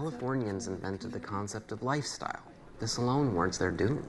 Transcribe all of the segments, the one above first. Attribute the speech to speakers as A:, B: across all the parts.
A: Californians invented the concept of lifestyle. This alone warrants their doom.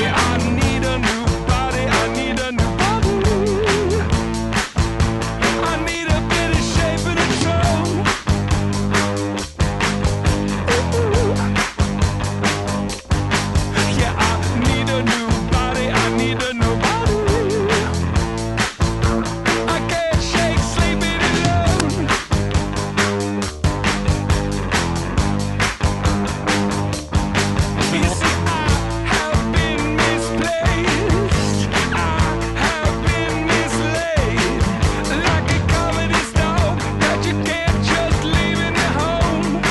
B: Yeah, I need a new body. I need a new body. I need a bit of shape and a tone. Ooh. Yeah, I need a new body. I need a new body. I can't shake sleeping alone. You see, I have been misplaced. I have been mislaid, like a comedy star that you can't just leave in your home.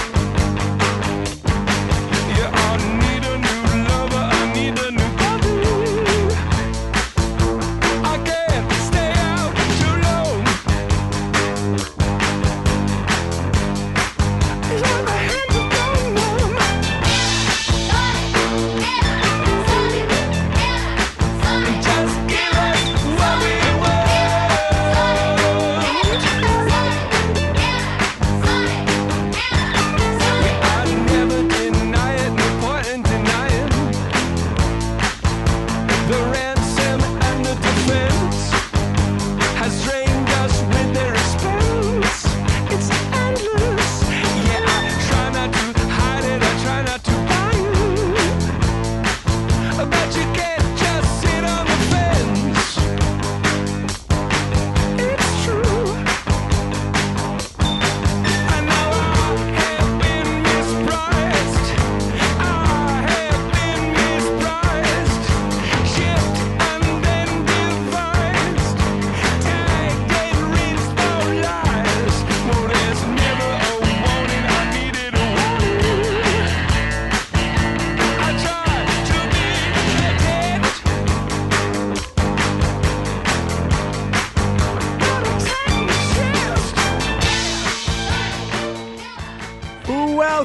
B: Yeah, I need a new lover. I need a new body. I can't stay out too long. Yeah, my hands are going numb. Just give us what we I never deny it, no point in denying the ransom and the defense has drained us with their expense. It's endless. Yeah, I try not to hide it, I try not to buy it. But you can't just sit on the fence. It's true. And now I have been mispriced. I have been mispriced. Shipped and then devised. Tagged rings, no lies. No, there's never a warning. I needed a warning. I tried to be protected, but I'm taking a chance.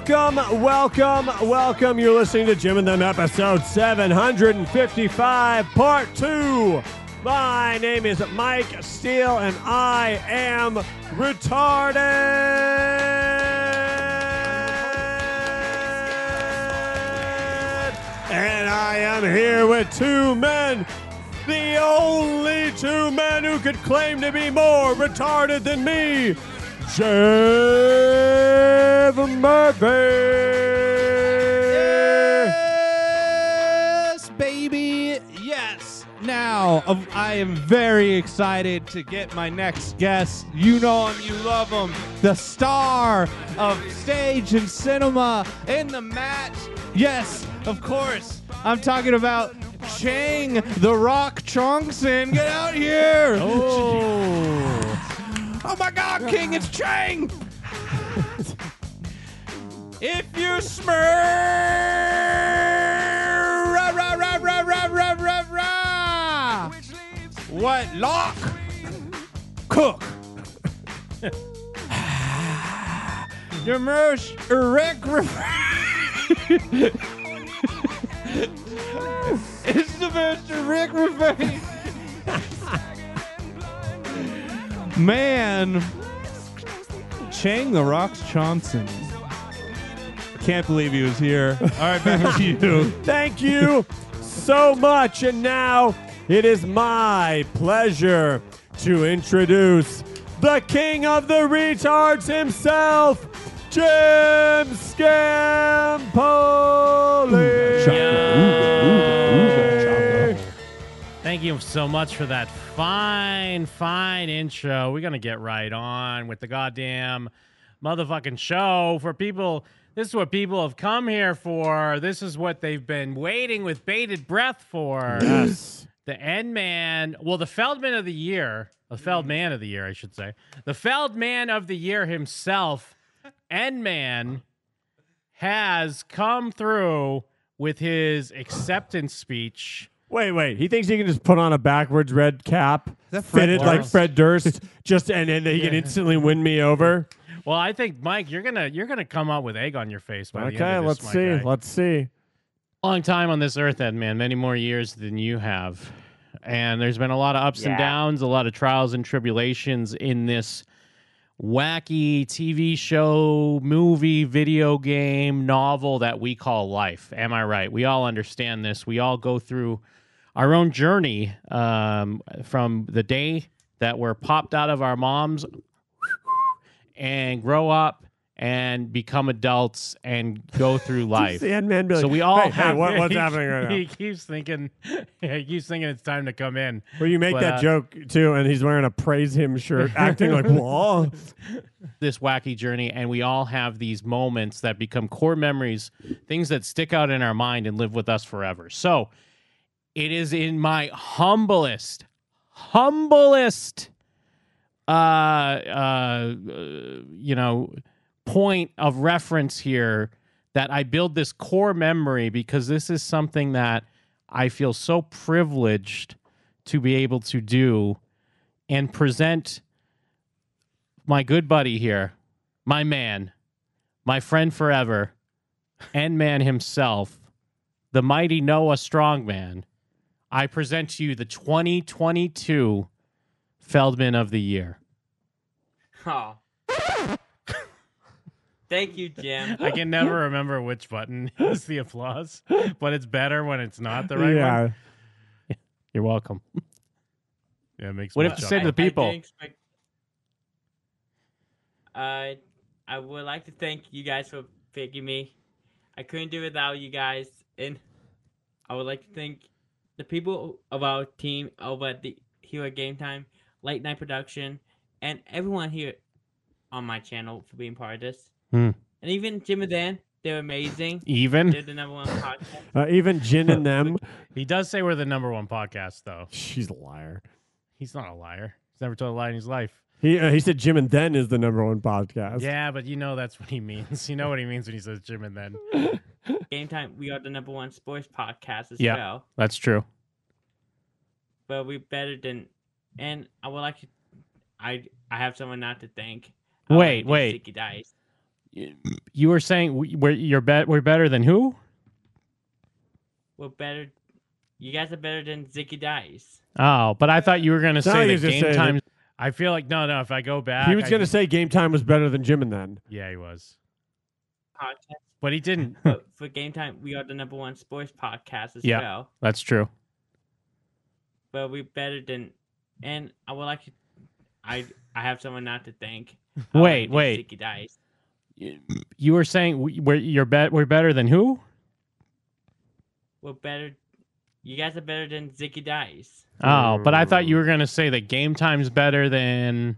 C: Welcome, welcome, welcome. You're listening to Jim and Them episode 755, part two. My name is Mike Steele, and I am retarded. And I am here with two men, the only two men who could claim to be more retarded than me. Jeff Murphy.
D: Yes, baby. Yes. Now, of- I am very excited to get my next guest. You know him, you love him. The star of stage and cinema in the match. Yes, of course. I'm talking about Chang the Rock Chongson. Get out here.
C: Oh.
D: Oh my God, King, it's Chang! if you smurf, rah, rah, rah, rah, rah, rah, rah, rah. What lock? Cook. Your merch, Rick. it's the Mr. Rick Revenge. Man, Chang the Rocks Johnson. Can't believe he was here. All right, back to you.
C: Thank you so much. And now it is my pleasure to introduce the king of the retards himself, Jim Scampoli.
E: Thank you so much for that fine, fine intro. We're gonna get right on with the goddamn motherfucking show for people. This is what people have come here for. This is what they've been waiting with bated breath for.
C: Yes.
E: The N Man, well, the Feldman of the year, the Feldman of the year, I should say, the Feldman of the year himself, N Man, has come through with his acceptance speech.
C: Wait, wait. He thinks he can just put on a backwards red cap,
D: that Fred
C: fitted like
E: Durst?
C: Fred Durst, just and then he can instantly win me over.
E: Well, I think Mike, you're gonna you're gonna come out with egg on your face by the end
C: Okay,
E: of this,
C: let's
E: my
C: see.
E: guy.
C: Let's see.
E: long time on this earth, Ed man, many more years than you have. And there's been a lot of ups and
A: Yeah.
E: downs, a lot of trials and tribulations in this wacky TV show, movie, video game, novel that we call life. Am I right? We all understand this. We all go through our own journey um, from the day that we're popped out of our moms and grow up and become adults and go through life.
C: The N Man. Like,
E: So we all
C: hey,
E: have.
C: Hey, what, what's
E: he-
C: happening right
E: He
C: now?
E: keeps thinking. He keeps thinking it's time to come in.
C: Well, you make
E: But,
C: that
E: uh,
C: joke too, and he's wearing a praise him shirt, acting like whoa.
E: This wacky journey, and we all have these moments that become core memories, things that stick out in our mind and live with us forever. So, it is in my humblest, humblest, uh, uh, you know, point of reference here that I build this core memory because this is something that I feel so privileged to be able to do and present my good buddy here, my man, my friend forever, and man himself, the mighty Noah Strongman. I present to you the 2022 Feldman of the Year.
F: Oh. Thank you, Jim.
E: I can never remember which button is the applause, but it's better when it's not the right
C: yeah.
E: one. You're welcome. Yeah, it makes What
F: Uh,
E: do you have to say
F: I-
E: to the
F: I
E: people?
F: didn't expect- Uh, I would like to thank you guys for picking me. I couldn't do it without you guys, and I would like to thank the people of our team over at the here at Game Time, Late Night Production, and everyone here on my channel for being part of this.
E: Hmm.
F: And even Jim and Dan, they're amazing.
E: Even?
F: They're the number one podcast.
C: Uh, even Jin and them.
E: He does say we're the number one podcast, though.
C: She's a liar.
E: He's not a liar. He's never told a lie in his life.
C: He uh, he said Jim and Then is the number one podcast.
E: Yeah, but you know that's what he means. You know what he means when he says Jim and then.
F: Game Time, we are the number one sports podcast as
E: Mm-hmm. Yeah.
F: well.
E: That's true.
F: but we better than. And I would like to. I I have someone not to thank. I would
E: Wait,
F: like to
E: wait.
F: Sticky dice.
E: You were saying we- we're you're bet we're better than who?
F: We're better. You guys are better than Zicky Dice.
E: Oh, but I thought you were gonna
C: No, he
E: say
C: was
E: the
C: just
E: game
C: saying
E: time. I feel like no, no. If I go back,
C: He was
E: I-
C: going to say game time was better than Jim and Then.
E: Yeah, he was,
F: Podcast.
E: but he didn't.
F: but for game time, we are the number one sports podcast as
E: Yeah.
F: well.
E: That's true.
F: But we better than. And I would like to. I I have someone not to thank. I would
E: Wait,
F: like to
E: wait.
F: Zicky Dice.
E: You were saying we- we're you're bet we're better than who?
F: We're better. You guys are better than Zicky Dice.
E: Oh, but I thought you were gonna say that game time's better than.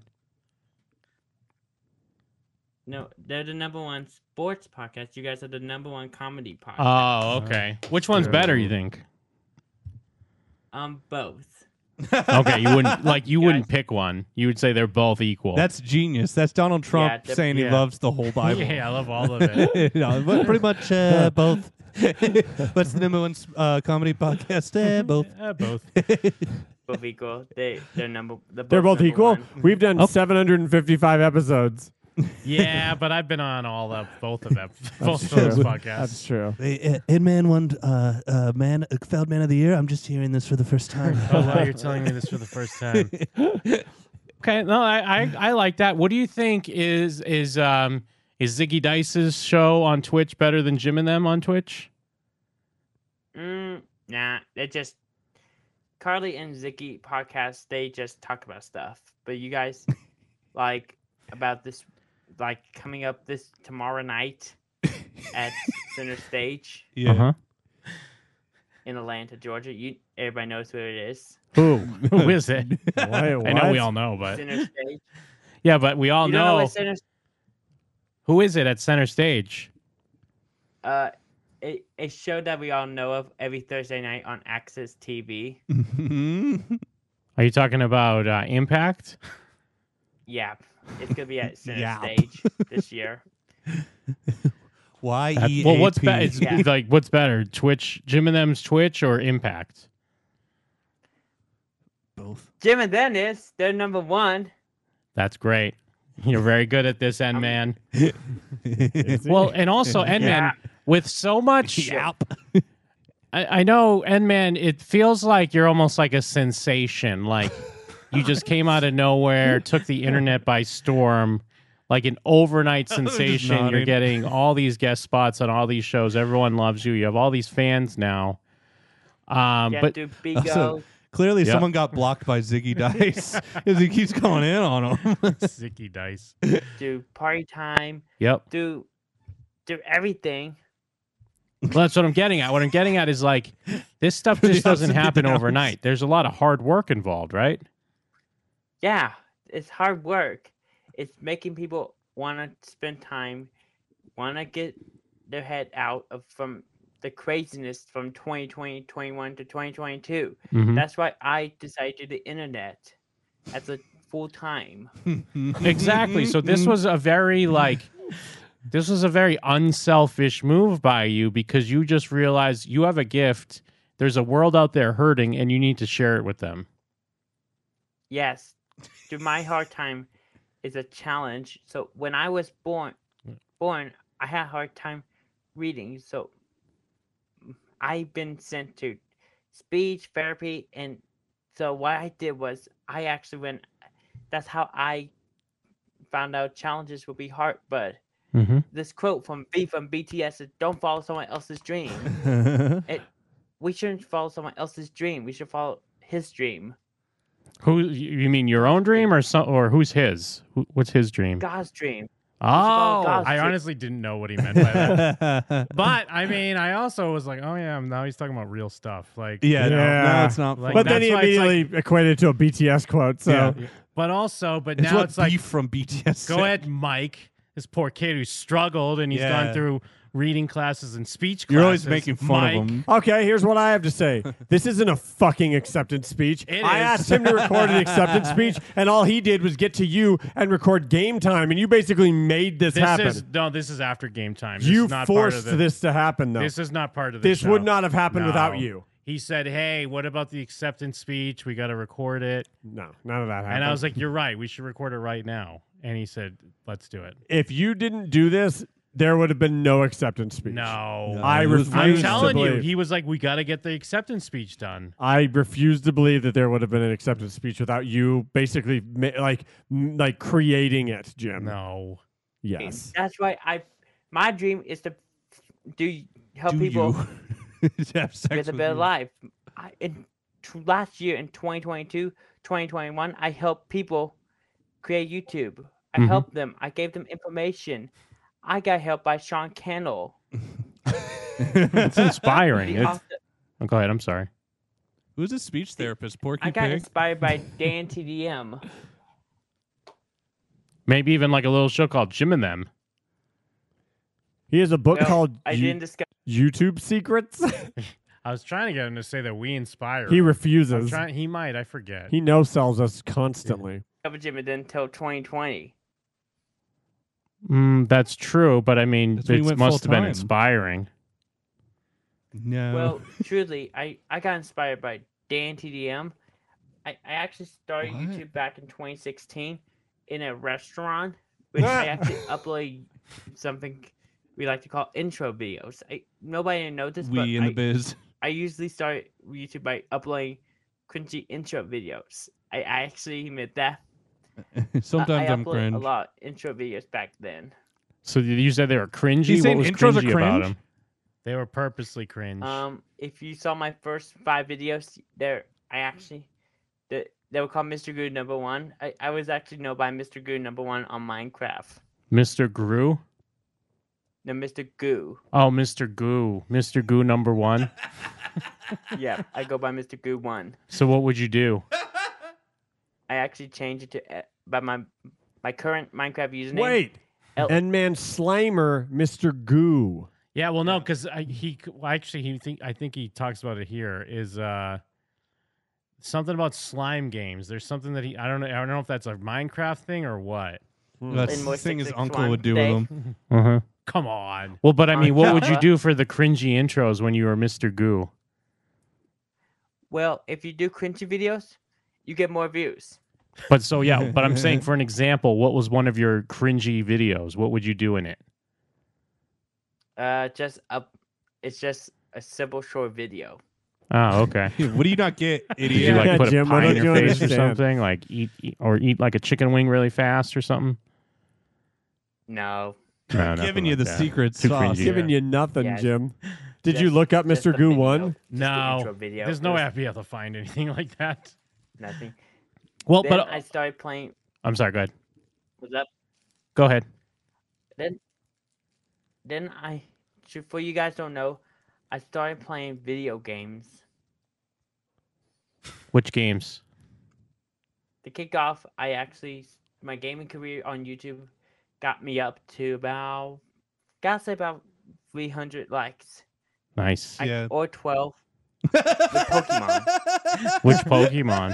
F: No, they're the number one sports podcast. You guys are the number one comedy podcast.
C: Uh,
E: Oh, okay. Which one's better? You think?
F: Um, both.
E: Okay, you wouldn't like you wouldn't
F: Guys.
E: pick one. You would say they're both equal.
D: That's genius. That's Donald Trump
F: Yeah, the-
D: saying he
E: yeah.
D: loves the whole Bible.
E: yeah. I love all of it.
D: No, but pretty much uh, both. What's the number one uh, comedy podcast? Uh, both.
E: Eh, both.
F: Both equal. They they're number. They're both,
C: They're both
F: number
C: equal.
F: one.
C: We've done 755 episodes.
E: Yeah, but I've been on all of both of them, both of
C: true.
E: those podcasts.
C: That's true.
G: Hey, Ed Man won uh, uh, man uh, Feld Man of the Year. I'm just hearing this for the first time.
E: Oh wow, you're telling me this for the first time. okay, no, I, I I like that. What do you think is is um is Ziggy Dice's show on Twitch better than Jim and them on Twitch?
F: Mm, nah, they just Carly and Zicky podcast. They just talk about stuff. But you guys, like about this, like coming up this tomorrow night at Center Stage
D: Yeah.
F: in Atlanta, Georgia. You everybody knows who it is.
E: Uh-huh. Who is it?
C: Wait,
E: I know
C: what? Oh,
E: we all know, but
F: Center Stage.
E: yeah, but we all
F: you don't know
E: know.
F: what Center
E: Who is it at center stage?
F: Uh, it, a show that we all know of every Thursday night on Access TV.
D: Hmm?
E: Are you talking about uh, Impact?
F: Yeah, it's gonna be at Center
D: Yeah.
F: Stage this year.
G: Why?
E: That- well, what's better? It's
F: Yeah.
E: like what's better, Twitch, Jim and them's Twitch or Impact?
G: both?
F: Jim and Dennis, they're number one.
E: That's great. You're very good at this, N man.
D: Is
E: Well, and also N man with so much. I, I know, N man. It feels like you're almost like a sensation. Like you just came out of nowhere, took the internet by storm. Like an overnight sensation, you're
D: nodding.
E: getting all these guest spots on all these shows. Everyone loves you. You have all these fans now. Um,
F: Yeah,
E: but
F: do Bigo.
D: Mm, Also- Clearly,
E: Yeah.
D: someone got blocked by Ziggy Dice because he keeps going in on him.
E: Sicky dice.
F: do party time,
E: Yep.
F: do do everything.
E: Well, that's what I'm getting at. What I'm getting at is like this stuff
D: The
E: just doesn't
D: ups and
E: happen
D: downs.
E: overnight. There's a lot of hard work involved, right?
F: Yeah, it's hard work. It's making people want to spend time, want to get their head out of from the craziness from 2020, 21 to 2022.
E: Mm-hmm.
F: That's why I decided to do the internet as a full time.
E: exactly. So this was a very like this was a very unselfish move by you because you just realized you have a gift. There's a world out there hurting and you need to share it with them.
F: Yes, through my hard time is a challenge. So when I was born, born, I had a hard time reading. So I've been sent to speech therapy, and so what I did was I actually went. That's how I found out challenges will be hard. But
E: Mm-hmm.
F: this quote from B from BTS is, "Don't follow someone else's dream." it, we shouldn't follow someone else's dream. We should follow his dream.
E: Who you you mean your own dream or some or who's his? Who, what's his dream?
F: God's dream.
E: Oh,
F: follow God's
E: I
F: dream.
E: honestly didn't know what he meant by that. But I mean, I also was like, oh yeah, now he's talking about real stuff. Like,
D: yeah,
E: you know,
D: No,
C: Yeah.
D: no, it's not.
E: Like
D: fun.
C: but then
E: that's
C: he
E: why it's
C: immediately equated it to a BTS quote. So
D: Yeah.
E: but also, but
D: uh, it's
E: now
D: what
E: it's like,
D: beef from BTS.
E: go
D: said.
E: ahead, Mike, this poor kid who struggled and he's
D: Yeah.
E: gone through reading classes and speech.
D: You're always
E: classes.
D: making fun
E: Mike,
D: of him.
C: Okay, here's what I have to say. This isn't a fucking acceptance speech.
E: It
C: I
E: is.
C: asked him to record an acceptance speech, and all he did was get to you and record game time, and you basically made this,
E: This
C: happen.
E: is no, this is after game time. This
C: you
E: is not part
C: forced
E: of
C: this.
E: the-
C: to happen, though.
E: This is not part of the
C: This would
E: show.
C: not have happened without
E: No.
C: you.
E: He said, "Hey, what about the acceptance speech? We got to record it."
C: no, none of that happened.
E: And I was like, "You're right. We should record it right now." And he said, "Let's do it."
C: if you didn't do this, there would have been no acceptance speech.
E: No,
C: I
D: It was
E: I'm
C: refuse to
E: telling you,
C: believe.
E: he was like, "We got to get the acceptance speech done."
C: I refuse to believe that there would have been an acceptance speech without you basically ma- like m- like creating it,
D: Um,
C: Jim.
E: No,
C: Yes.
F: That's why I, my dream is to do help
D: Do
F: people
D: you have sex
F: with a
D: with
F: better
D: you?
F: life. I, in t- last year in 2022, 2021, I helped people create YouTube. I
D: Mm-hmm.
F: helped them. I gave them information. I got helped by Sean Cannell.
E: it's inspiring.
F: The
E: It's-
F: author-
E: oh, go ahead. I'm sorry.
D: Who's a speech therapist? Porky
F: I got
D: Pig.
F: inspired by Dan TDM.
E: Maybe even like a little show called Jim and Them.
C: He has a book
F: No,
C: called
F: I
C: You-
F: didn't discuss.
C: YouTube Secrets.
E: I was trying to get him to say that we inspire.
C: he
E: him. I'm
C: refuses.
E: trying- he might. I forget.
C: He no sells us constantly.
F: Cover Jim until 2020.
E: Mm, that's true, but I mean,
D: That's when he
E: it
D: went
E: must have been
D: full-time.
E: inspiring.
D: No.
F: Well, truly, I, I got inspired by Dan TDM. I, I actually started
D: What?
F: YouTube back in 2016 in a restaurant, which I actually uploaded something we like to call intro videos. I, nobody knows this, but
D: we in
F: I,
D: the biz.
F: I usually start YouTube by uploading cringy intro videos. I actually admit that. I-
D: Sometimes
F: I
D: I'm
F: upload
D: cringe.
F: a lot of intro videos back then.
E: So you you said they were cringy.
D: He's
E: what
D: saying
E: was
D: intros are
E: cringy about
D: cringe?
E: them? They were purposely cringe.
F: Um, if you saw my first five videos, there I actually they, they were called Mr. Goo Number One. I, I was actually known by Mr. Goo Number One on Minecraft.
E: Mr. Gru.
F: No, Mr. Goo.
E: Oh, Mr. Goo. Mr. Goo number one.
F: Yeah, I go by Mr. Goo One.
E: So what would you do?
F: I actually changed it to eh, by my my current Minecraft username.
C: Wait,
F: El-
C: N Man Slimer, Mr. Goo.
E: Yeah, well, no, because he c- well, actually he think I think he talks about it here is uh something about slime games. There's something that he I don't know I don't know if that's a Minecraft thing or what.
D: That's
F: In
D: the
F: more
D: thing his
F: 661
D: uncle would do with
F: day.
D: him.
E: Uh-huh. Come on. Well, but I mean, what would you do for the cringy intros when you were Mr. Goo?
F: Well, if you do cringy videos, you get more views.
E: But so yeah, but I'm saying for an example, what was one of your cringy videos? What would you do in it?
F: Uh, just up. It's just a simple short video.
E: Oh, okay.
D: Yeah, What do you not get,
E: Did
D: idiot?
E: you
C: Yeah,
E: like put
C: Jim,
E: a
C: why
E: pie in
C: don't
E: your
C: you
E: face or
C: understand?
E: something? Like eat, eat or eat like a chicken wing really fast or something?
F: No,
E: No, nothing
D: giving you
E: like
D: the
E: that.
D: secret
E: Too
D: sauce.
E: cringy.
C: Giving
E: Yeah.
C: you nothing,
F: Yes.
C: Jim. Did you
F: Just-
C: look up
F: just a
C: Mr. Goo
F: video,
C: 1?
F: just the
E: No,
F: intro video.
E: There's
F: It
E: no
F: was
E: app you have to find anything like that.
F: Nothing.
C: Oh,
E: Well,
F: then
E: but
C: uh,
E: uh,
F: I started playing.
E: I'm sorry. Go ahead.
F: Was up.
E: Go ahead.
F: Then I, ju- for you guys don't know, I started playing video games.
E: Which games?
F: To kick off, I actually s- my gaming career on YouTube got me up to about, gotta say about 300 likes,
E: Nice.
F: I-
D: Yeah.
F: or 12. with Pokemon.
E: Which Pokemon?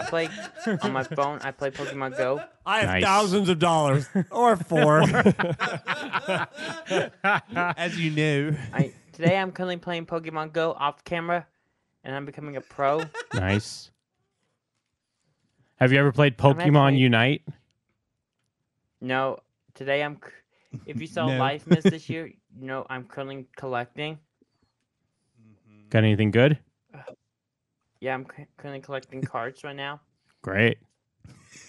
F: I play on my phone. I play Pokemon Go.
C: I have
E: Nice.
C: thousands of dollars or four.
D: As you knew.
F: I today I'm currently playing Pokemon Go off camera, and I'm becoming a pro.
E: nice. Have you ever played
F: I'm
E: Pokemon
F: actually-
E: Unite?
F: No, today I'm. c- If you saw
D: No.
F: Life Miss this year, you know I'm currently collecting.
E: Got anything good?
F: Yeah, I'm c- currently collecting cards right now.
E: Great.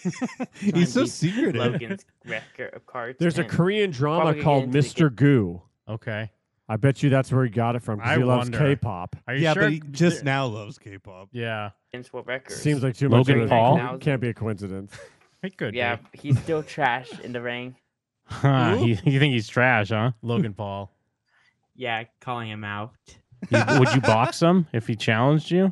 F: Trying to
D: He's so
F: beat
D: secretive.
F: Logan's record of cards.
C: There's a
F: and-
C: Korean drama
F: Probably get
C: called
F: into the
C: Mr. Goo.
E: Okay.
C: I bet you that's where he got it from
E: I
C: because he loves
E: wonder.
C: K-pop.
E: Are you
D: Yeah,
E: sure?
D: but he just now loves K-pop.
E: yeah.
F: Guinness World Records.
C: Seems like too
E: Logan
C: much. of a-
E: Paul?
C: it can't be a coincidence.
E: It could.
F: yeah,
E: be.
F: he's still trash in the ring.
E: Huh, you, you think he's trash, huh? Logan Paul.
F: Yeah, calling him out.
E: You- would you box him if he challenged you?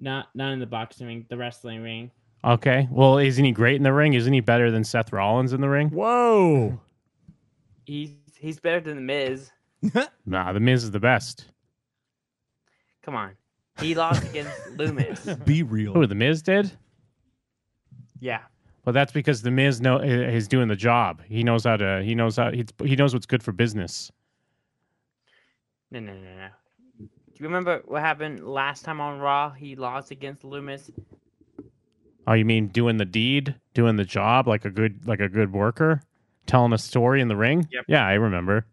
F: Not not in the boxing ring, the wrestling ring.
E: Okay. Well, isn't he great in the ring? Isn't he better than Seth Rollins in the ring?
C: Whoa!
F: He's he's better than the Miz.
E: Nah, The Miz is the best.
F: Come on, he lost against Loomis.
D: Be real.
E: Who, The Miz did?
F: Yeah,
E: Well, that's because the Miz know is doing the job. He knows how to. He knows how. He's, he knows what's good for business.
F: no, no, no, no. Do you remember what happened last time on Raw? He lost against Loomis.
E: Oh, you mean doing the deed, doing the job like a good like a good worker, telling a story in the ring?
F: Yep.
E: Yeah, I remember.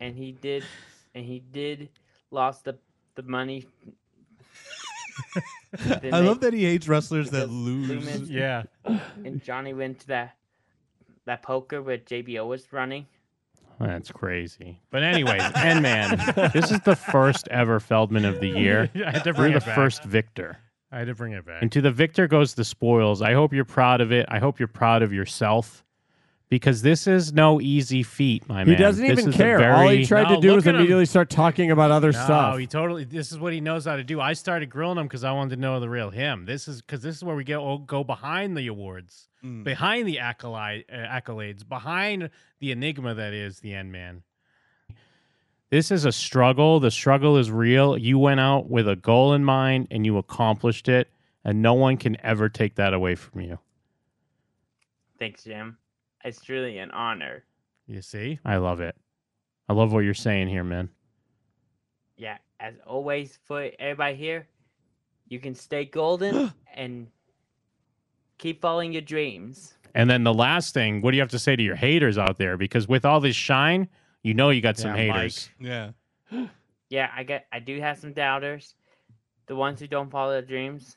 F: and he did and he did lost the the money Then
D: I
F: they-
D: love that he hates wrestlers that
F: Because
D: lose.
F: Lumen-
E: Yeah.
F: and johnny went to that that poker where jbo was running
E: That's crazy. But anyways, N man, this is the first ever Feldman of the year.
C: I had to
E: We're
C: bring
E: the
C: it back.
E: first victor.
C: I had to bring it back.
E: And to the victor goes the spoils. I hope you're proud of it. I hope you're proud of yourself. Because this is no easy feat, my
C: He
E: man.
C: doesn't
E: This
C: even
E: is a
C: care. All he
E: very-
C: tried
E: No,
C: to do
E: look
C: was
E: at him.
C: immediately start talking about other
E: No,
C: stuff.
E: he totally. This is what he knows how to do. I started grilling him because I wanted to know the real him. This is because this is where we get oh, go behind the awards,
D: Mm.
E: behind the accolade, uh, accolades, behind the enigma that is the end man. This is a struggle. The struggle is real. You went out with a goal in mind and you accomplished it, and no one can ever take that away from you.
F: thanks jim it's really an honor
E: You see, I love it. I love what you're saying here, man.
F: yeah as always for everybody here you can stay golden and keep following your dreams
E: And then the last thing, what do you have to say to your haters out there? Because with all this shine, you know you got some
C: Yeah,
E: haters.
D: Yeah.
F: yeah i get i do have some doubters the ones who don't follow their dreams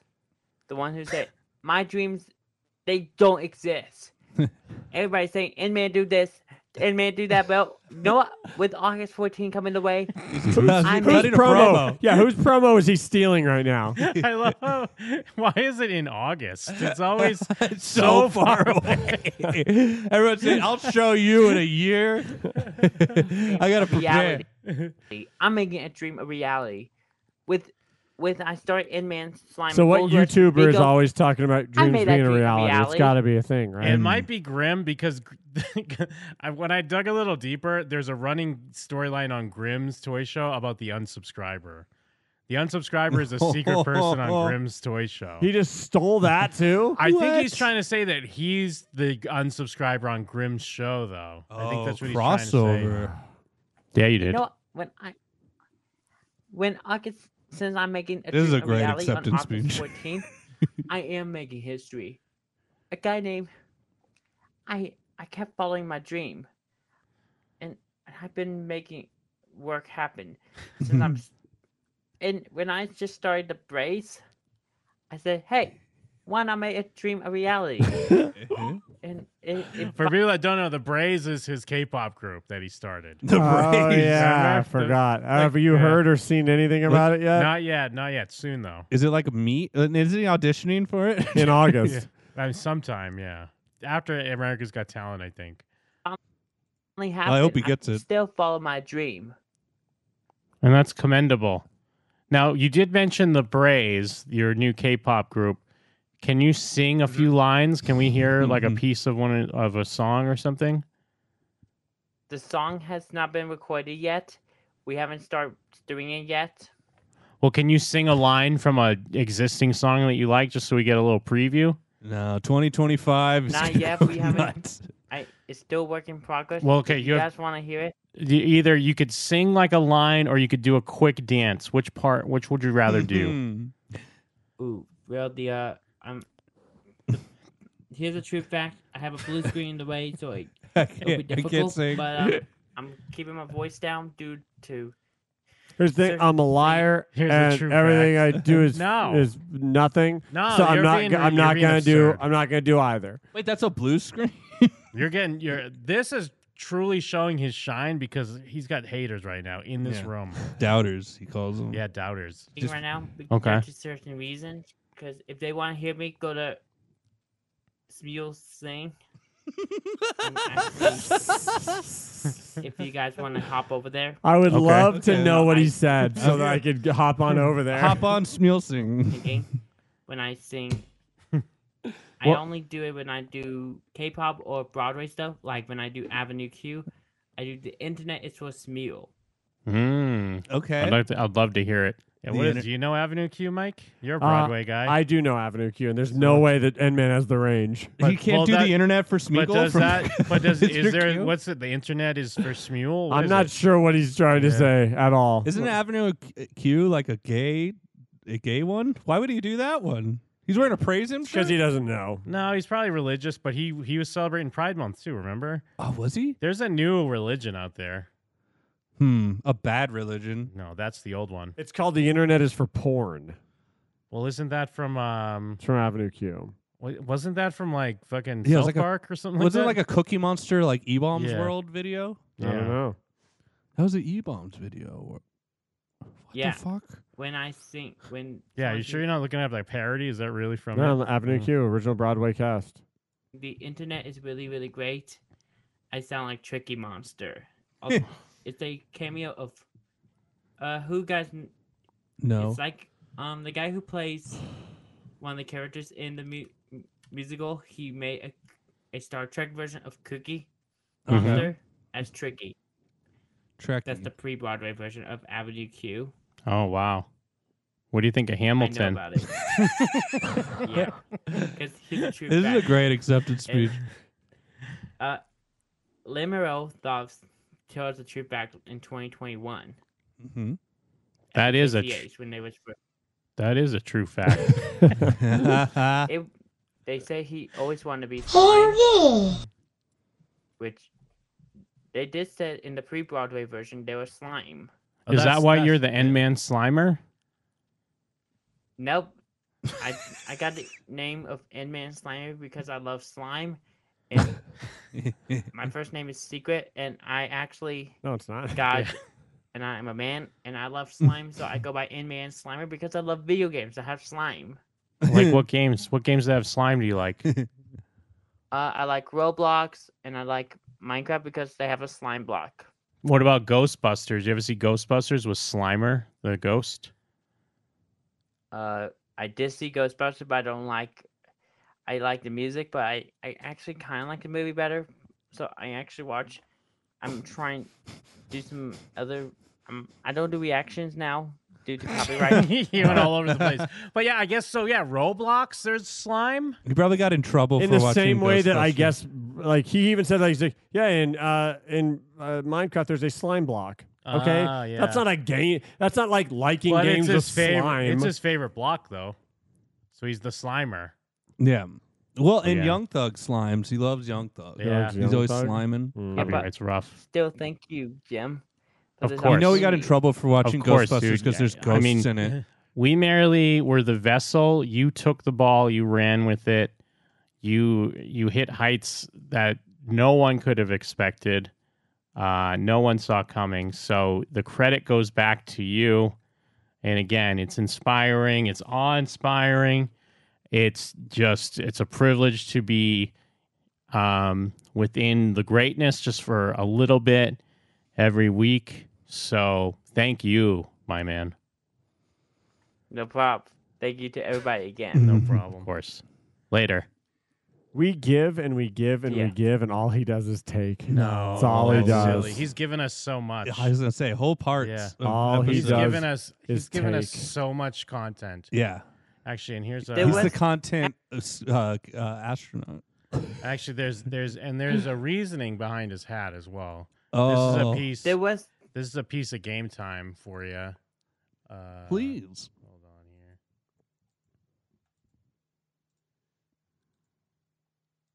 F: the ones who say my dreams they don't exist everybody's saying end man do this end man do that but you know what with august 14 coming the way I'm
C: Whose
F: cutting
D: a promo.
C: Yeah, whose promo is he stealing right now?
E: I love. How, why is it in August? It's always
D: It's
E: so far
D: away. Everyone's saying, I'll show you in a year. I got to prepare.
F: reality i'm making a dream a reality with with I started in man slime.
C: So what YouTuber is always talking about
F: I
C: dreams
F: made
C: being
F: that
C: a
F: dream a
C: reality? It's
F: reality.
C: got to be a thing, right?
E: It might be Grimm because I- when I dug a little deeper, there's a running storyline on Grimm's toy show about the unsubscriber. The unsubscriber is a secret person on Grimm's toy show.
C: he just stole that too.
E: I think he's trying to say that he's the unsubscriber on Grimm's show, though. I think that's what he's trying to say.
D: Oh, crossover.
C: yeah, you
F: You
C: did.
F: know what? when I when I could since I'm making a
D: This is
F: dream
D: a great
F: reality on
D: acceptance
F: August
D: speech.
F: 14th, I am making history. A guy named I I kept following my dream, and I've been making work happen since I'm. s- And when I just started the brace, I said, "Hey, why not make a dream a reality?"
E: Oh,
F: and it, it
E: For people that don't know, the Braze is his K-pop group that he started.
D: The
C: Oh
D: Braves.
C: yeah, I
E: Remember?
C: forgot. Have you
E: yeah.
C: heard or seen anything about it yet?
E: not yet, not yet. Soon though.
D: Is it like a meet? uh, Is he auditioning for it?
C: In August.
E: Um, sometime, yeah. After America's Got Talent, I think.
F: finally happened.
D: I hope he gets it.
F: Still follow my dream.
E: And that's commendable. Now, you did mention the Braze, your new K-pop group. Can you sing a few lines? Can we hear like a piece of one of a song or something?
F: the song has not been recorded yet. We haven't started doing it yet.
E: Well, can you sing a line from a existing song that you like just so we get a little preview?
D: No, 2025. is
F: Not
D: gonna
F: yet,
D: go
F: we haven't-
D: nuts.
F: I it's still work in progress.
E: Well,
F: If
E: okay,
F: you
E: you have-
F: guys want to hear it?
E: You- E-, Either you could sing like a line or you could do a quick dance. Which part which would you rather do?
D: Hmm.
F: Ooh, well the uh um. Here's a true fact. I have a blue screen in the way, so it,
D: I
F: it'll be
D: can't, I
F: difficult.
D: can't sing.
F: But um, I'm keeping my voice down due to
C: Here's the thing,
F: Sir,
C: I'm a liar,
E: here's the
C: and
E: true
C: everything I do is
E: No.
C: is nothing.
E: No,
C: so I'm
E: you're
C: not.
E: being-
C: go- I'm
E: you're
C: not
E: being
C: gonna do.
E: absurd.
C: I'm not gonna do either.
D: Wait, that's a blue screen?
E: You're getting your this is truly showing his shine because he's got haters right now in this
D: Yeah.
E: room.
D: Doubters, he calls them.
E: Yeah, doubters.
F: speak right now.
E: Okay.
F: To certain reasons, because if they want to hear me, go to Smule Sing. And actually, if you guys want to hop over there,
C: I would
D: Okay.
C: love to
D: Okay.
C: know what he
F: I-
C: said so that I
D: Okay.
C: could g- hop on over there.
D: Hop on Smilsing.
F: thinking when I sing. I
E: Well-
F: only do it when I do K-pop or Broadway stuff. Like when I do Avenue Q, I do the internet is for Smule.
E: Mm. I'd
D: Okay.
E: like to, I'd love to hear it. Yeah,
D: The
E: what is,
D: inter-
E: do you know Avenue Q, Mike? You're a
C: Uh,
E: Broadway guy.
C: I do know Avenue Q, and there's no way that Endman has the range.
D: he
E: But-
D: can't
E: well,
D: do
E: that-
D: the internet for
E: but
D: Smeagol.
E: does
D: from-
E: that? But does is
D: Mr.
E: there?
D: Q?
E: What's it? The internet is for Smule. What
C: I'm
E: is
C: not
E: it?
C: sure what he's trying to
E: Yeah.
C: say at all.
D: Isn't Avenue Q- Q like a gay, a gay one? Why would he do that one? He's wearing a praise him shirt.
C: because he doesn't know.
E: No, he's probably religious, but he he was celebrating Pride Month too. Remember?
D: oh, was he?
E: There's a new religion out there.
D: Hmm, a bad religion.
E: No, that's the old one.
C: It's called the internet is for porn.
E: Well, isn't that from um?
C: It's from Avenue Q.
E: wa- Wasn't that from like fucking
D: Yeah, it was
E: South
D: like a-
E: Park or something?
D: was
E: like
D: it like
E: that?
D: a Cookie Monster like E Bombs
E: Yeah.
D: World video?
C: I don't know.
D: That was an E Bombs video. What
F: Yeah.
D: the fuck?
F: When I sing, when
E: Yeah,
F: someone
E: you sure
F: sings
E: you're not looking at like parody? Is that really from?
C: No,
E: it?
C: Avenue
E: Mm.
C: Q, original Broadway cast.
F: the internet is really really great, I sound like Tricky Monster. Also, it's a cameo of uh who guys. kn-
D: No.
F: It's like um the guy who plays one of the characters in the mu- m- musical. He made a, a Star Trek version of Cookie
D: Okay.
F: Monster as Tricky.
D: Tracking.
F: That's the pre-Broadway version of Avenue Q.
E: Oh wow. What do you think of
F: I
E: Hamilton?
F: know about it. yeah, because he's a true.
D: This is a
F: fact.
D: great acceptance
F: And,
D: speech.
F: uh, Limero thought tells the true fact in 2021.
D: hmm
F: at
E: That is a tr-
F: 58 when they was fir-
E: that is a true fact.
F: it, they say he always wanted to be fine, which they did say in the pre-Broadway version they were slime.
C: Oh,
E: is that
C: that's-
E: why you're the
C: that's-
E: Endman Man Slimer?
F: Nope. I I got the name of Endman Slimer because I love slime, and my first name is Secret, and I actually
C: No, it's not.
F: God, and I am a man, and I love slime, so I go by Endman Slimer because I love video games that have slime.
E: like what games? What games that have slime do you like?
F: Uh, I like Roblox, and I like Minecraft because they have a slime block.
E: What about Ghostbusters? You ever see Ghostbusters with Slimer, the ghost?
F: Uh, I did see Ghostbusters, but I don't like. I like the music, but I I actually kind of like the movie better. So I actually watch. I'm trying to do some other. Um, I don't do reactions now due to copyright.
E: you went all over the place. But yeah, I guess so. Yeah, Roblox. There's slime.
D: You probably got in trouble
C: in
D: for
C: the
D: watching
C: same way that I
D: Ghostbusters.
C: guess, like he even said, like, he's like yeah, in uh, in uh, Minecraft, there's a slime block. Okay,
E: Ah, yeah.
C: that's not a game. That's not like liking
E: But it's
C: games with
E: his favorite.
C: slime.
E: It's his favorite block though. So he's the slimer.
D: Yeah. Well, and
E: Oh, Yeah.
D: Young Thug slimes. He loves Young Thug.
C: Oh,
E: Yeah.
D: He's always sliming.
C: Hmm.
F: Yeah,
E: Copyright,
F: but-
E: It's rough.
F: Still, thank you, Jim. for
E: Of
F: this
E: course.
D: You know he got in
F: opportunity.
D: trouble for watching
E: Of course,
D: Ghostbusters
E: dude.
D: because
E: Yeah,
D: there's
E: yeah. I
D: ghosts
E: mean-
D: in it.
E: We merely were the vessel. You took the ball. You ran with it. You you hit heights that no one could have expected. Uh, no one saw coming. So the credit goes back to you. And again, it's inspiring. It's awe inspiring. It's just it's a privilege to be um, within the greatness just for a little bit every week. So thank you, my man.
F: No problem. Thank you to everybody again.
C: Mhm.
E: No problem. Of course. Later.
C: We give and we give and
F: Yeah.
C: we give, and all he does is take. that's all he
E: that's
C: does.
E: silly. He's given us so much.
D: I was gonna say whole parts.
E: Yeah.
D: of
C: All he
E: he's
D: episodes.
C: does
E: given us. He's
C: is
E: given us
C: take.
E: so much content.
D: Yeah,
E: Actually, and here's
F: There
E: a,
D: he's
F: was-
D: the content uh, s- uh, uh, astronaut.
E: actually there's there's and there's a reasoning behind his hat as well.
D: Oh,
E: This is a piece.
F: there was
E: This is a piece of game time for you. Uh,
D: please.
E: Hold on here.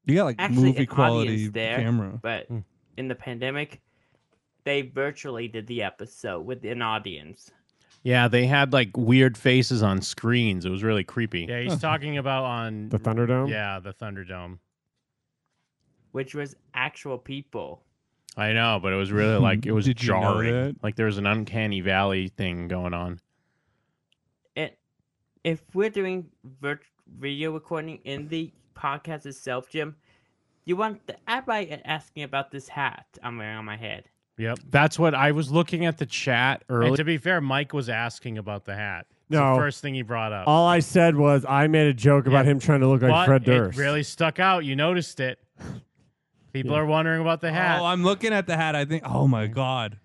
D: You got like
F: Actually,
D: movie
F: an
D: quality
F: audience there.
D: camera.
F: but
E: Hmm.
F: in the pandemic, they virtually did the episode with an audience.
H: Yeah, they had like weird faces on screens. It was really creepy.
E: Yeah, he's talking about on
C: The Thunderdome.
E: Yeah, the Thunderdome.
F: which was actual people.
H: I know, but it was really like it was
D: Did you know
H: jarring.
D: that?
H: Like there was an uncanny valley thing going on.
F: And if we're doing vir- video recording in the podcast itself, Jim, you want the, everybody asking about this hat I'm wearing on my head.
E: Yep.
H: That's what I was looking at the chat
E: And
H: earlier.
E: to be fair, Mike was asking about the hat. It's
C: No.
E: the first thing he brought up.
C: All I said was I made a joke about
E: Yeah.
C: him trying to look like
E: but
C: Fred
E: it
C: Durst.
E: really stuck out. You noticed it. People are wondering about the hat.
D: Oh, I'm looking at the hat. I think. Oh my god.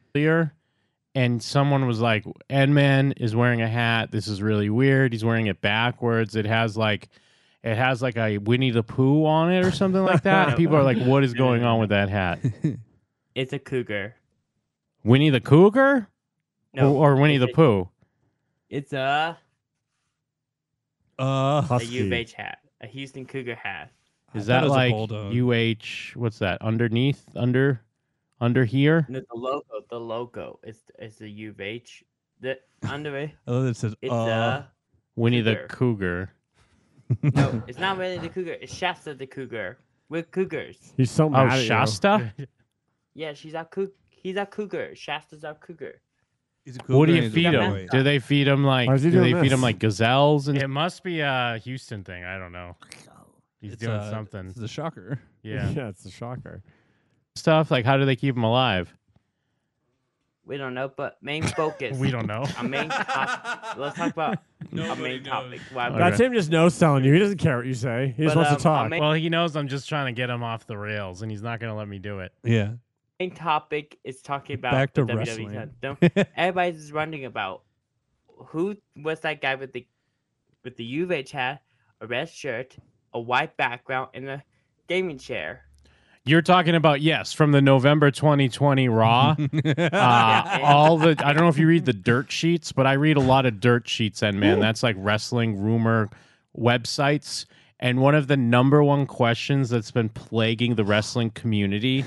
H: And someone was like, Edman is wearing a hat. This is really weird. He's wearing it backwards. It has like it has like a Winnie the Pooh on it or something like that. People are like, what is going on with that hat?
F: It's a cougar.
H: Winnie the Cougar?
F: No,
H: or, or Winnie the
F: it's a-
H: Pooh?
F: It's a
D: Uh,
F: a U of
C: Husky.
F: H hat, a Houston Cougar hat.
H: Is
D: I thought
H: that
D: it was a
H: like
D: bulldog.
H: UH? What's that? Underneath? Under? Under here?
F: No, the logo, the logo, it's it's the U of H. The under it,
D: I love that it says.
F: it's
D: uh,
H: Winnie
F: Cougar.
H: the Cougar.
F: a no. It's not really the cougar. It's Shasta the cougar. We're cougars.
C: He's so mad
H: Oh,
C: at you.
H: Shasta?
F: Yeah, she's our coug. He's our cougar. Shasta's our cougar.
D: he's a
H: What do
D: cougar
H: you
D: and
H: feed
D: he's a
H: them?
D: boy.
H: Do they feed them like?
C: Why is he
H: Do they
C: doing
H: feed
C: this?
H: them like gazelles? And
E: It must be a Houston thing. I don't know. He's
D: It's,
E: doing
D: uh,
E: something.
D: It's a shocker.
E: Yeah.
C: it's a shocker.
H: stuff like how do they keep them alive?
F: We don't know, but main focus.
E: we don't know.
F: Our main topic. Let's talk about our main topic. Why
H: Okay.
C: That's him just no selling you. He doesn't care what you say. He just
F: But,
C: wants to
F: um, I'll
C: talk.
F: make-
E: well, he knows I'm just trying to get him off the rails, and he's not going to let me do it.
D: Yeah.
F: main topic is talking about
D: Back to
F: the WWE
D: wrestling.
F: title. Don't- Everybody's just wondering about who was that guy with the with the UVH hat, a red shirt, a white background, and a gaming chair.
H: You're talking about yes from the November 2020 Raw. uh, all the I don't know if you read the dirt sheets, but I read a lot of dirt sheets, and man, that's like wrestling rumor websites. And one of the number one questions that's been plaguing the wrestling community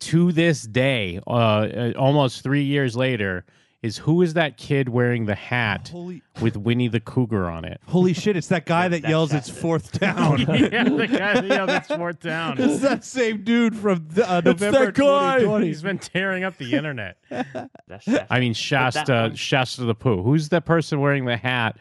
H: to this day, uh, uh, almost three years later, is who is that kid wearing the hat
D: Holy,
H: with Winnie the Cougar on it?
D: holy shit! It's that guy that
F: That
D: yells. It's
F: chest is-
D: fourth down.
E: yeah, the guy yeah, that's fourth down.
D: It's that same dude from uh, November
C: that guy.
D: 2020.
E: He's been tearing up the internet.
F: That's just,
H: I mean,
F: that
H: Shasta,
F: one-
H: Shasta the Pooh. Who's the person wearing the hat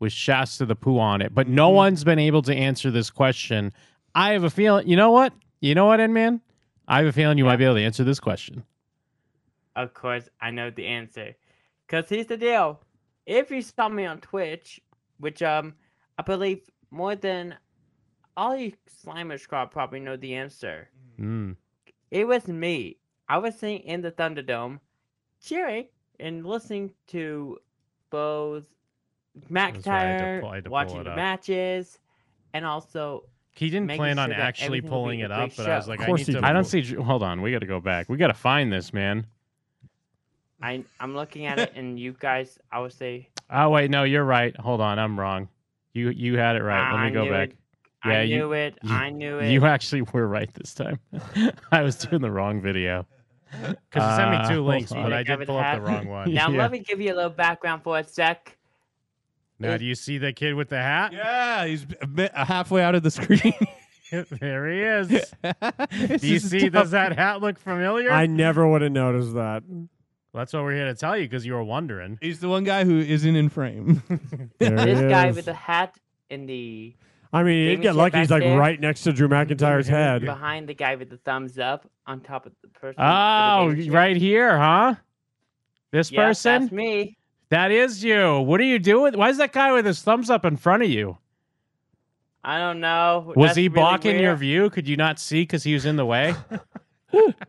H: with Shasta the Pooh on it? But no
F: Mm.
H: one's been able to answer this question. I have a feeling. You know what? You know what, Endman? I have a feeling you might be able to answer this question.
F: of course, I know the answer. Cause here's the deal: if you saw me on Twitch, which um I believe more than all you Slimer Squad probably know the answer.
H: Hmm.
E: Mm.
F: It was me. I was sitting in the Thunderdome, cheering and listening to both
E: That's why I had
F: McIntyre,
E: to pull- I had to pull
F: watching
E: it
F: the
E: up.
F: matches, and also
E: He didn't
F: Making
E: plan on
F: sure that
E: actually
F: everything will be
E: pulling
F: a
E: it
F: great
E: up, but I was
F: show.
E: like,
C: Of
E: I,
C: course
E: need
C: he
E: to,
C: did.
E: I don't see. Hold on, we got to go back. We got to find this man.
F: I I'm looking at it and you guys I would say
E: Oh wait, no, you're right. Hold on, I'm wrong. You you had it right. Let
F: I
E: me go
F: knew
E: back.
F: It.
E: Yeah,
F: I
E: you-
F: knew it.
E: you-
F: I knew it.
E: You actually were right this time. I was doing the wrong video.
C: Because you sent me
E: Uh,
C: two links,
E: hold
F: but
E: on.
F: I did pull up the wrong
E: one.
F: now
E: yeah.
F: let me give you a little background for a sec.
E: Now, do you see the kid with the hat?
D: Yeah, he's a bit- halfway out of the screen.
E: there he is.
D: This
E: Do you
D: is
E: see?
D: tough.
E: Does that hat look familiar?
C: I never would have noticed that.
E: That's what we're here to tell you because you were wondering.
D: He's the one guy who isn't in frame.
C: There he
F: This guy
C: is.
F: with the hat in the
C: I mean,
F: Jamie
C: he'd get
F: sit
C: lucky. He's
F: back
C: like
F: there.
C: right next to Drew McIntyre's head.
F: behind the guy with the thumbs up on top of the person. with the
E: Oh,
F: handkerchief.
E: right here, huh? This
F: Yes,
E: person?
F: That's me.
E: That is you. What are you doing? Why is that guy with his thumbs up in front of you?
F: I don't know.
E: Was
F: That's
E: he
F: really
E: blocking your
F: weird.
E: view? Could you not see because he was in the way?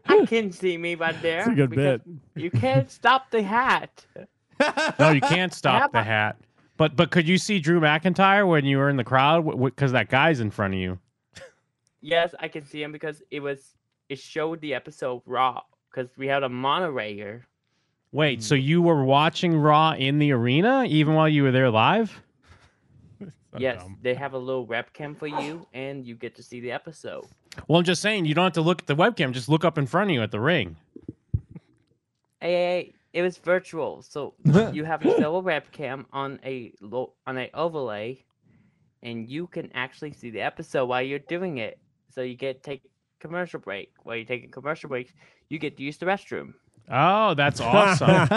F: I can see me right there.
C: It's a good
F: because
C: bit.
F: You can't stop the hat.
E: no, you can't stop the hat. But but could you see Drew McIntyre when you were in the crowd? Because that guy's in front of you.
F: Yes, I can see him because it was it showed the episode raw because we had a monorail here.
E: Wait, so you were watching Raw in the arena even while you were there live?
F: yes, they have a little webcam for you, and you get to see the episode.
E: Well, I'm just saying you don't have to look at the webcam. Just look up in front of you at the ring.
F: Hey, hey, hey, it was virtual, so you have a little webcam on a lo- on a overlay, and you can actually see the episode while you're doing it. So you get take commercial break. While you're taking commercial breaks, you get to use the restroom.
E: Oh, that's awesome.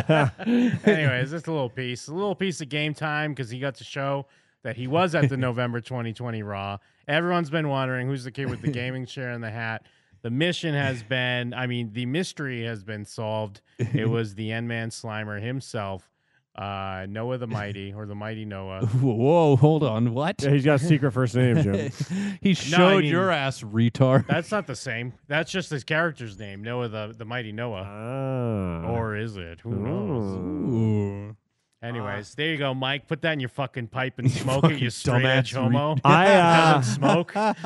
E: Anyways, just a little piece, a little piece of game time because he got to show that he was at the November 2020 Raw. Everyone's been wondering who's the kid with the gaming chair and the hat. The mission has been, I mean, the mystery has been solved. It was the End Man Slimer himself, uh, Noah the Mighty or the Mighty Noah.
D: Whoa, hold on. What?
C: Yeah, he's got a secret first name, Jim.
D: he showed
E: mean-
D: your ass, retard.
E: That's not the same. That's just his character's name, Noah the, the Mighty Noah.
C: Ah.
D: Uh,
E: Or is it? Who knows?
D: Ooh.
E: Anyways, there you go, Mike. Put that in your fucking pipe and smoke it,
D: fucking
E: you straight edge
D: dumbass
E: homo.
C: I uh,
E: Doesn't smoke.
C: I uh,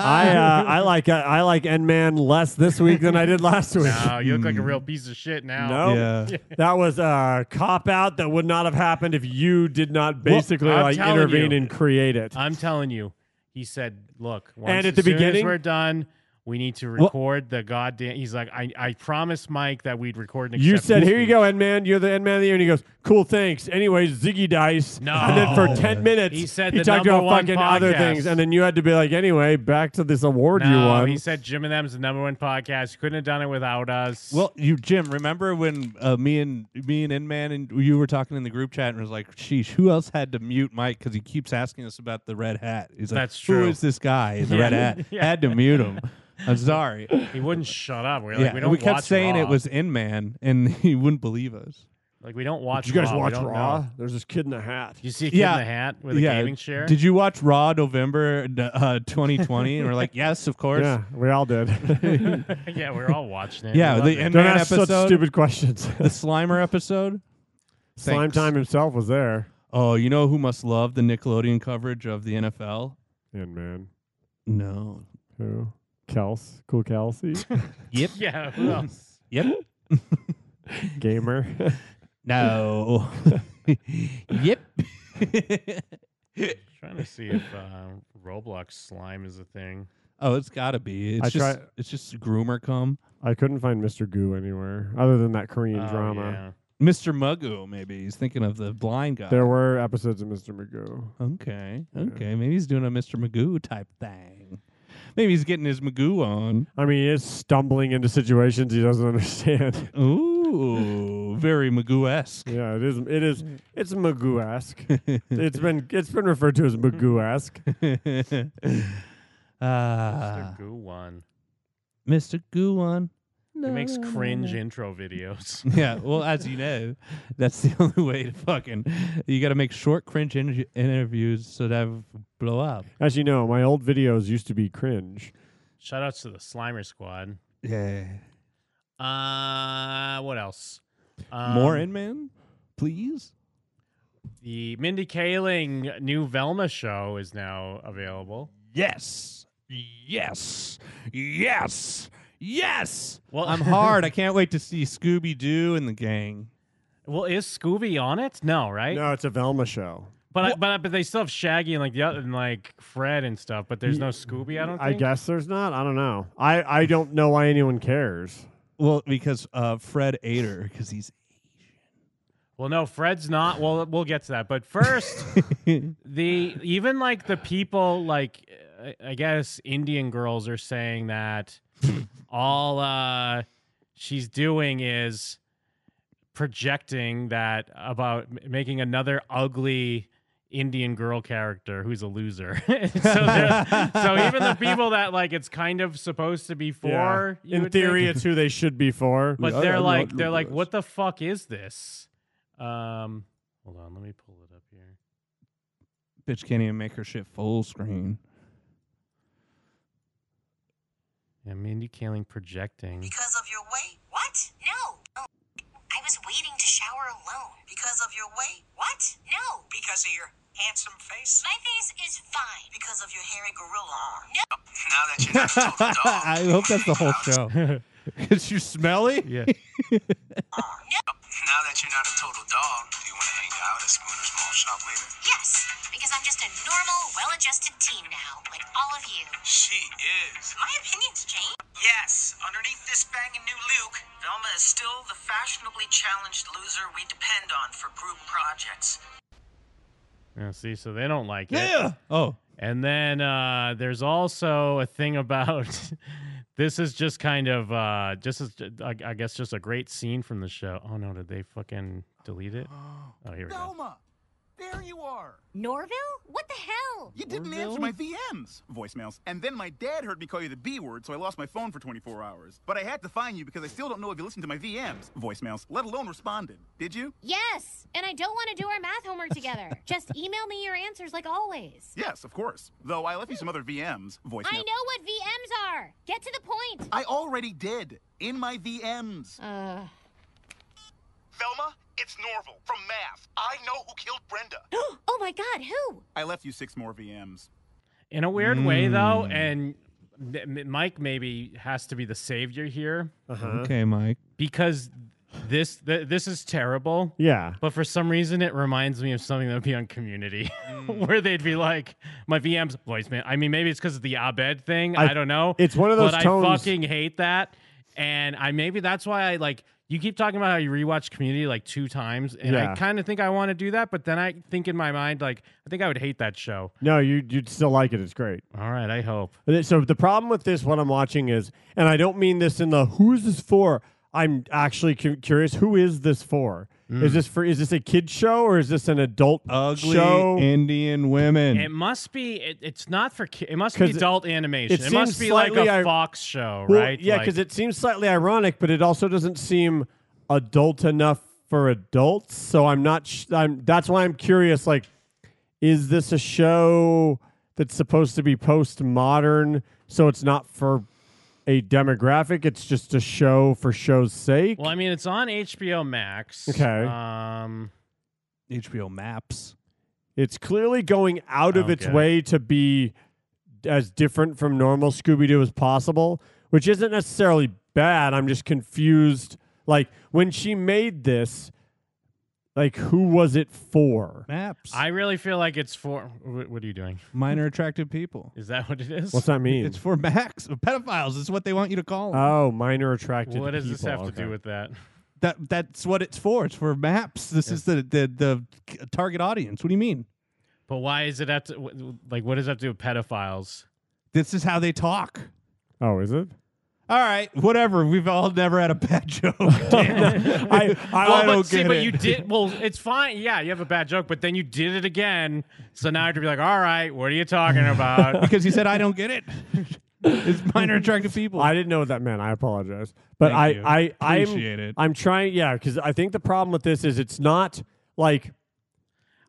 C: I like uh, I like N Man less this week than I did last week.
E: No, you look like a real piece of shit now.
C: No.
D: Yeah.
C: That was a cop out that would not have happened if you did not basically
E: I'm
C: like
E: telling
C: intervene
E: you.
C: and create it.
E: I'm telling you, he said, "Look, once,
C: And
E: as
C: at the
E: soon as
C: beginning-
E: we're done. We need to record the goddamn." He's like, "I, I promised Mike that we'd record." An
C: You said,
E: acceptance
C: "Here you
E: speech."
C: go, N Man. You're the N Man of the year." And he goes, "Cool, thanks." Anyways, Ziggy Dice.
E: No.
C: And then for ten minutes,
E: He said the
C: talked
E: number
C: about
E: one
C: fucking other
E: podcast.
C: things, and then you had to be like, "Anyway, back to this award you
E: No,
C: won."
E: he said Jim and Them's the number one podcast. You Couldn't have done it without us.
D: Well, you Jim, remember when uh, me and me and Inman and you were talking in the group chat and was like, "Sheesh, who else had to mute Mike because he keeps asking us about the red hat?" He's like,
E: That's
D: Who
E: true.
D: is this guy? in The
E: Yeah.
D: red hat
E: Yeah.
D: had to mute him. I'm sorry.
E: he wouldn't shut up. We are
D: yeah,
E: like, we don't.
D: kept
E: watch
D: saying
E: Raw.
D: it was Inman, and he wouldn't believe us.
E: like we don't watch.
C: Did you guys
E: Raw. We
C: watch
E: don't
C: Raw?
E: know.
C: There's this kid in a hat.
E: You see a kid
D: Yeah.
E: in the hat with a
D: yeah.
E: gaming chair.
D: Did you watch Raw November uh, 2020? and we're like, yes, of course.
C: Yeah, we all did. Don't
E: yeah, we're all watching it.
D: Yeah,
E: We
D: the
E: love it.
D: Inman
C: ask such
D: episode,
C: stupid questions.
D: the Slimer episode.
C: Slime
D: Thanks.
C: Time himself was there.
D: Oh, you know who must love the Nickelodeon coverage of the NFL?
C: And man,
D: No.
C: who? Kels, cool Kelsey,
D: Yep.
E: yeah. Who else?
D: Yep.
C: gamer.
D: No. yep.
E: Trying to see if uh, Roblox slime is a thing.
D: oh, it's gotta be. It's
C: I
D: just
C: try-
D: it's just groomer cum.
C: I couldn't find Mr. Goo anywhere other than that Korean
E: Oh,
C: drama.
E: yeah.
D: Mr. Muggo, maybe. He's thinking of the blind guy.
C: There were episodes of Mr. Magoo.
D: okay. Okay. Maybe he's doing a Mr. Magoo type thing. Maybe he's getting his Magoo on.
C: I mean, he is stumbling into situations he doesn't understand.
D: Ooh. very Magoo esque.
C: yeah, it is. It is.
E: Mm.
C: It's Magoo-esque. it's been. It's been referred to as
E: Mm-hmm.
C: Magoo-esque.
D: Ah, Uh,
E: Mr. Goo one.
D: Mr. Goo on.
E: He makes cringe intro videos.
D: Yeah, well, as you know, that's the only way to fucking. You got to make short cringe in- interviews so that blow up.
C: As you know, my old videos used to be cringe.
E: Shout outs to the Slimer Squad.
D: Yeah.
E: Uh, what else? Um,
D: More in, man, please.
E: the Mindy Kaling new Velma show is now available.
D: Yes, yes, yes, yes.
E: Well,
D: I'm hard. I can't wait to see Scooby Doo and the gang.
E: Well, is Scooby on it? No, right?
C: No, it's a Velma show.
E: But I, but I- but they still have Shaggy and like the other and like Fred and stuff. But there's no Scooby. I don't.
C: I
E: Think.
C: guess there's not. I don't know. I, I don't know why anyone cares.
D: Well, because uh, Fred ate her because he's
E: Well, no, Fred's not. Well, we'll get to that. But first, the even like the people like I- I guess Indian girls are saying that all uh, she's doing is projecting that about m- making another ugly Indian girl character who's a loser. so, they're- so even the people that like it's kind of supposed to be for, you
C: in
E: would think,
C: theory, it's who they should be for.
E: but they're like they're like what the fuck is this um hold on let me pull it up here
D: bitch can't even make her shit full screen.
E: yeah mindy kaling projecting
I: Because of your weight? What? No. No. I was waiting to shower alone. Because of your weight? What? No. Because of your handsome face? My face is fine. Because of your hairy gorilla. No.
B: Now that you're not a total dog.
D: I hope that's the whole show. Is you smelly?
E: yeah
B: Now that you're not a total dog, do you want to hang out at Spooner's Mall Shop later?
I: Yes. Because I'm just a normal, well-adjusted teen now, like all of you.
B: She is.
I: My opinion's changed.
J: Yes, underneath this banging new Luke, Velma is still the fashionably challenged loser we depend on for group projects.
E: yeah see so they don't like it
D: Yeah. Oh,
E: and then uh there's also a thing about this is just kind of uh just as I, I guess just a great scene from the show oh no did they fucking delete it oh here we go
J: There you are!
I: Norville? What the hell?
J: You didn't answer my VMs, voicemails, and then my dad heard me call you the B word, so I lost my phone for 24 hours. But I had to find you because I still don't know if you listened to my VMs, voicemails, let alone responded. Did you?
I: Yes. And I don't want to do our math homework together. just email me your answers like always.
J: Yes, of course. Though I left you some other VMs, voicemails.
I: I know what VMs are. Get to the point.
J: I already did in my VMs.
I: Uh,
J: Velma, it's Norval from Math. I know who killed Brenda.
I: oh my god, who?
J: I left you six more VMs.
E: in a weird way though and M- M- mike maybe has to be the savior here
D: Uh-huh. okay, Mike.
E: because this th- this is terrible
C: Yeah.
E: But for some reason, it reminds me of something that would be on Community,
C: Mm.
E: where they'd be like, "My VM's voicemail." I mean, maybe it's because of the Abed thing. I,
C: I-
E: don't know.
C: it's one of those
E: But
C: tones-
E: I fucking hate that, and I maybe that's why I like. You keep talking about how you rewatch Community like two times, and
C: Yeah.
E: I kind of think I want to do that, but then I think in my mind, like, I think I would hate that show.
C: No, you you'd still like it. It's great.
E: All right, I hope.
C: And it- So the problem with this, what I'm watching is, and I don't mean this in the who's this for. I'm actually cu- curious who is this for? Is this for? Is this a kid show or is this an adult
D: Ugly
C: show?
D: Indian women.
E: It must be. It, it's not for. ki- It must be
C: 'Cause it-
E: adult animation.
C: it
E: It, must
C: seems
E: be like
C: slightly
E: a
C: ir-
E: Fox show,
C: Well,
E: right?
C: Yeah,
E: Like-
C: because it seems slightly ironic, but it also doesn't seem adult enough for adults. So I'm not. Sh- I'm. That's why I'm curious. Like, is this a show that's supposed to be postmodern? So it's not for a demographic. It's just a show for show's sake.
E: Well, I mean, it's on HBO Max.
C: Okay.
E: Um,
D: HBO Maps.
C: It's clearly going out of its
E: Okay.
C: way to be as different from normal Scooby Doo as possible, which isn't necessarily bad. I'm just confused. Like, when she made this, like, who was it for?
D: Maps.
E: I really feel like it's for. wh- What are you doing?
D: minor attractive people.
E: Is that what it is?
C: What's that mean?
D: It's for Max. Pedophiles is what they want you to call 'em.
C: oh, minor attracted
E: What does this
C: people.
E: have to
C: Okay.
E: do with that?
D: that that's what it's for. It's for Maps. This is the, the the c- target audience. What do you mean?
E: But why is it have to wh- like? What does that have to do with pedophiles?
D: This is how they talk.
C: Oh, is it?
D: All right, whatever. We've all never had a bad joke. Damn.
C: I, I,
E: Well, but
C: I don't
E: see,
C: get
E: but
C: it.
E: you did. Well, it's fine. Yeah, you have a bad joke, but then you did it again. So now I have to be like, all right, what are you talking about?
D: because you said I don't get it. It's minor attractive people.
C: I didn't know what that meant. I apologize, but
D: Thank
C: I,
D: you.
C: I, I
D: Appreciate it.
C: I'm trying. Yeah, because I think the problem with this is it's not like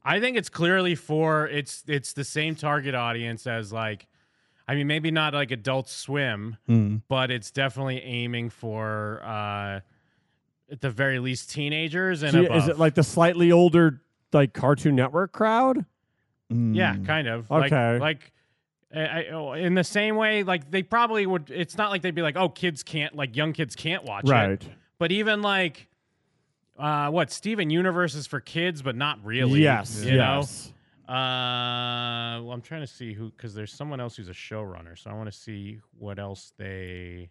E: I think it's clearly for it's it's the same target audience as like I mean maybe not like Adult Swim,
D: Hmm,
E: but it's definitely aiming for uh at the very least teenagers and
C: so
E: above.
C: is it like the slightly older like Cartoon Network crowd?
D: hmm.
E: yeah, kind of
C: Okay.
E: like like I, I- oh, in the same way like they probably would it's not like they'd be like oh kids can't like young kids can't watch it. But even like uh what Steven Universe is for kids but not really.
C: Yes.
E: you know?
C: yes.
E: Uh, well, I'm trying to see who because there's someone else who's a showrunner, so I want to see what else they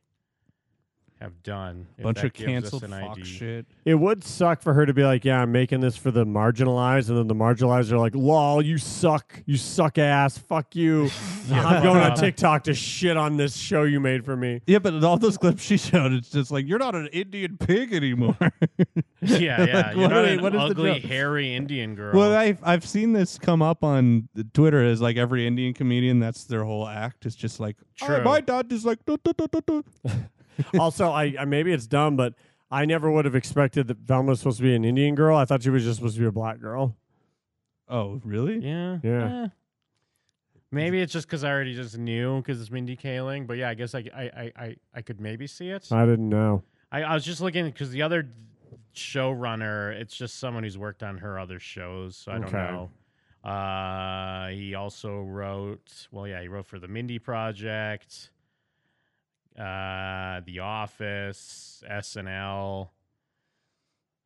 E: have done. if
D: Bunch
E: that
D: of
E: gives us
D: canceled
E: an
D: Fox
E: ID.
D: shit.
C: It would suck for her to be like, "Yeah, I'm making this for the marginalized," and then the marginalized are like, "Lol, you suck, you suck ass, fuck you." I'm going on TikTok to shit on this show you made for me.
D: Yeah, but in all those clips she showed, it's just like you're not an Indian pig anymore.
E: Yeah, yeah.
D: Like,
E: You're
D: what
E: not
D: are-
E: an
D: what is the
E: ugly,
D: joke?
E: hairy Indian girl.
D: well, I've I've seen this come up on the Twitter as like every Indian comedian, that's their whole act. It's just like "Oh,
E: True.
D: my dad is like "Du, du, du, du, du."
C: also, I, I maybe it's dumb, but I never would have expected that Velma was supposed to be an Indian girl. I thought she was just supposed to be a black girl.
D: Oh, really?
E: yeah,
C: Yeah.
E: eh. Maybe it's just because I already just knew because it's Mindy Kaling, but yeah, I guess I I I I, I could maybe see it.
C: I didn't know.
E: I, I was just looking because the other showrunner, it's just someone who's worked on her other shows. So I don't
C: Okay.
E: know. Uh, he also wrote, well, yeah, he wrote for the Mindy Project, uh, The Office, SNL.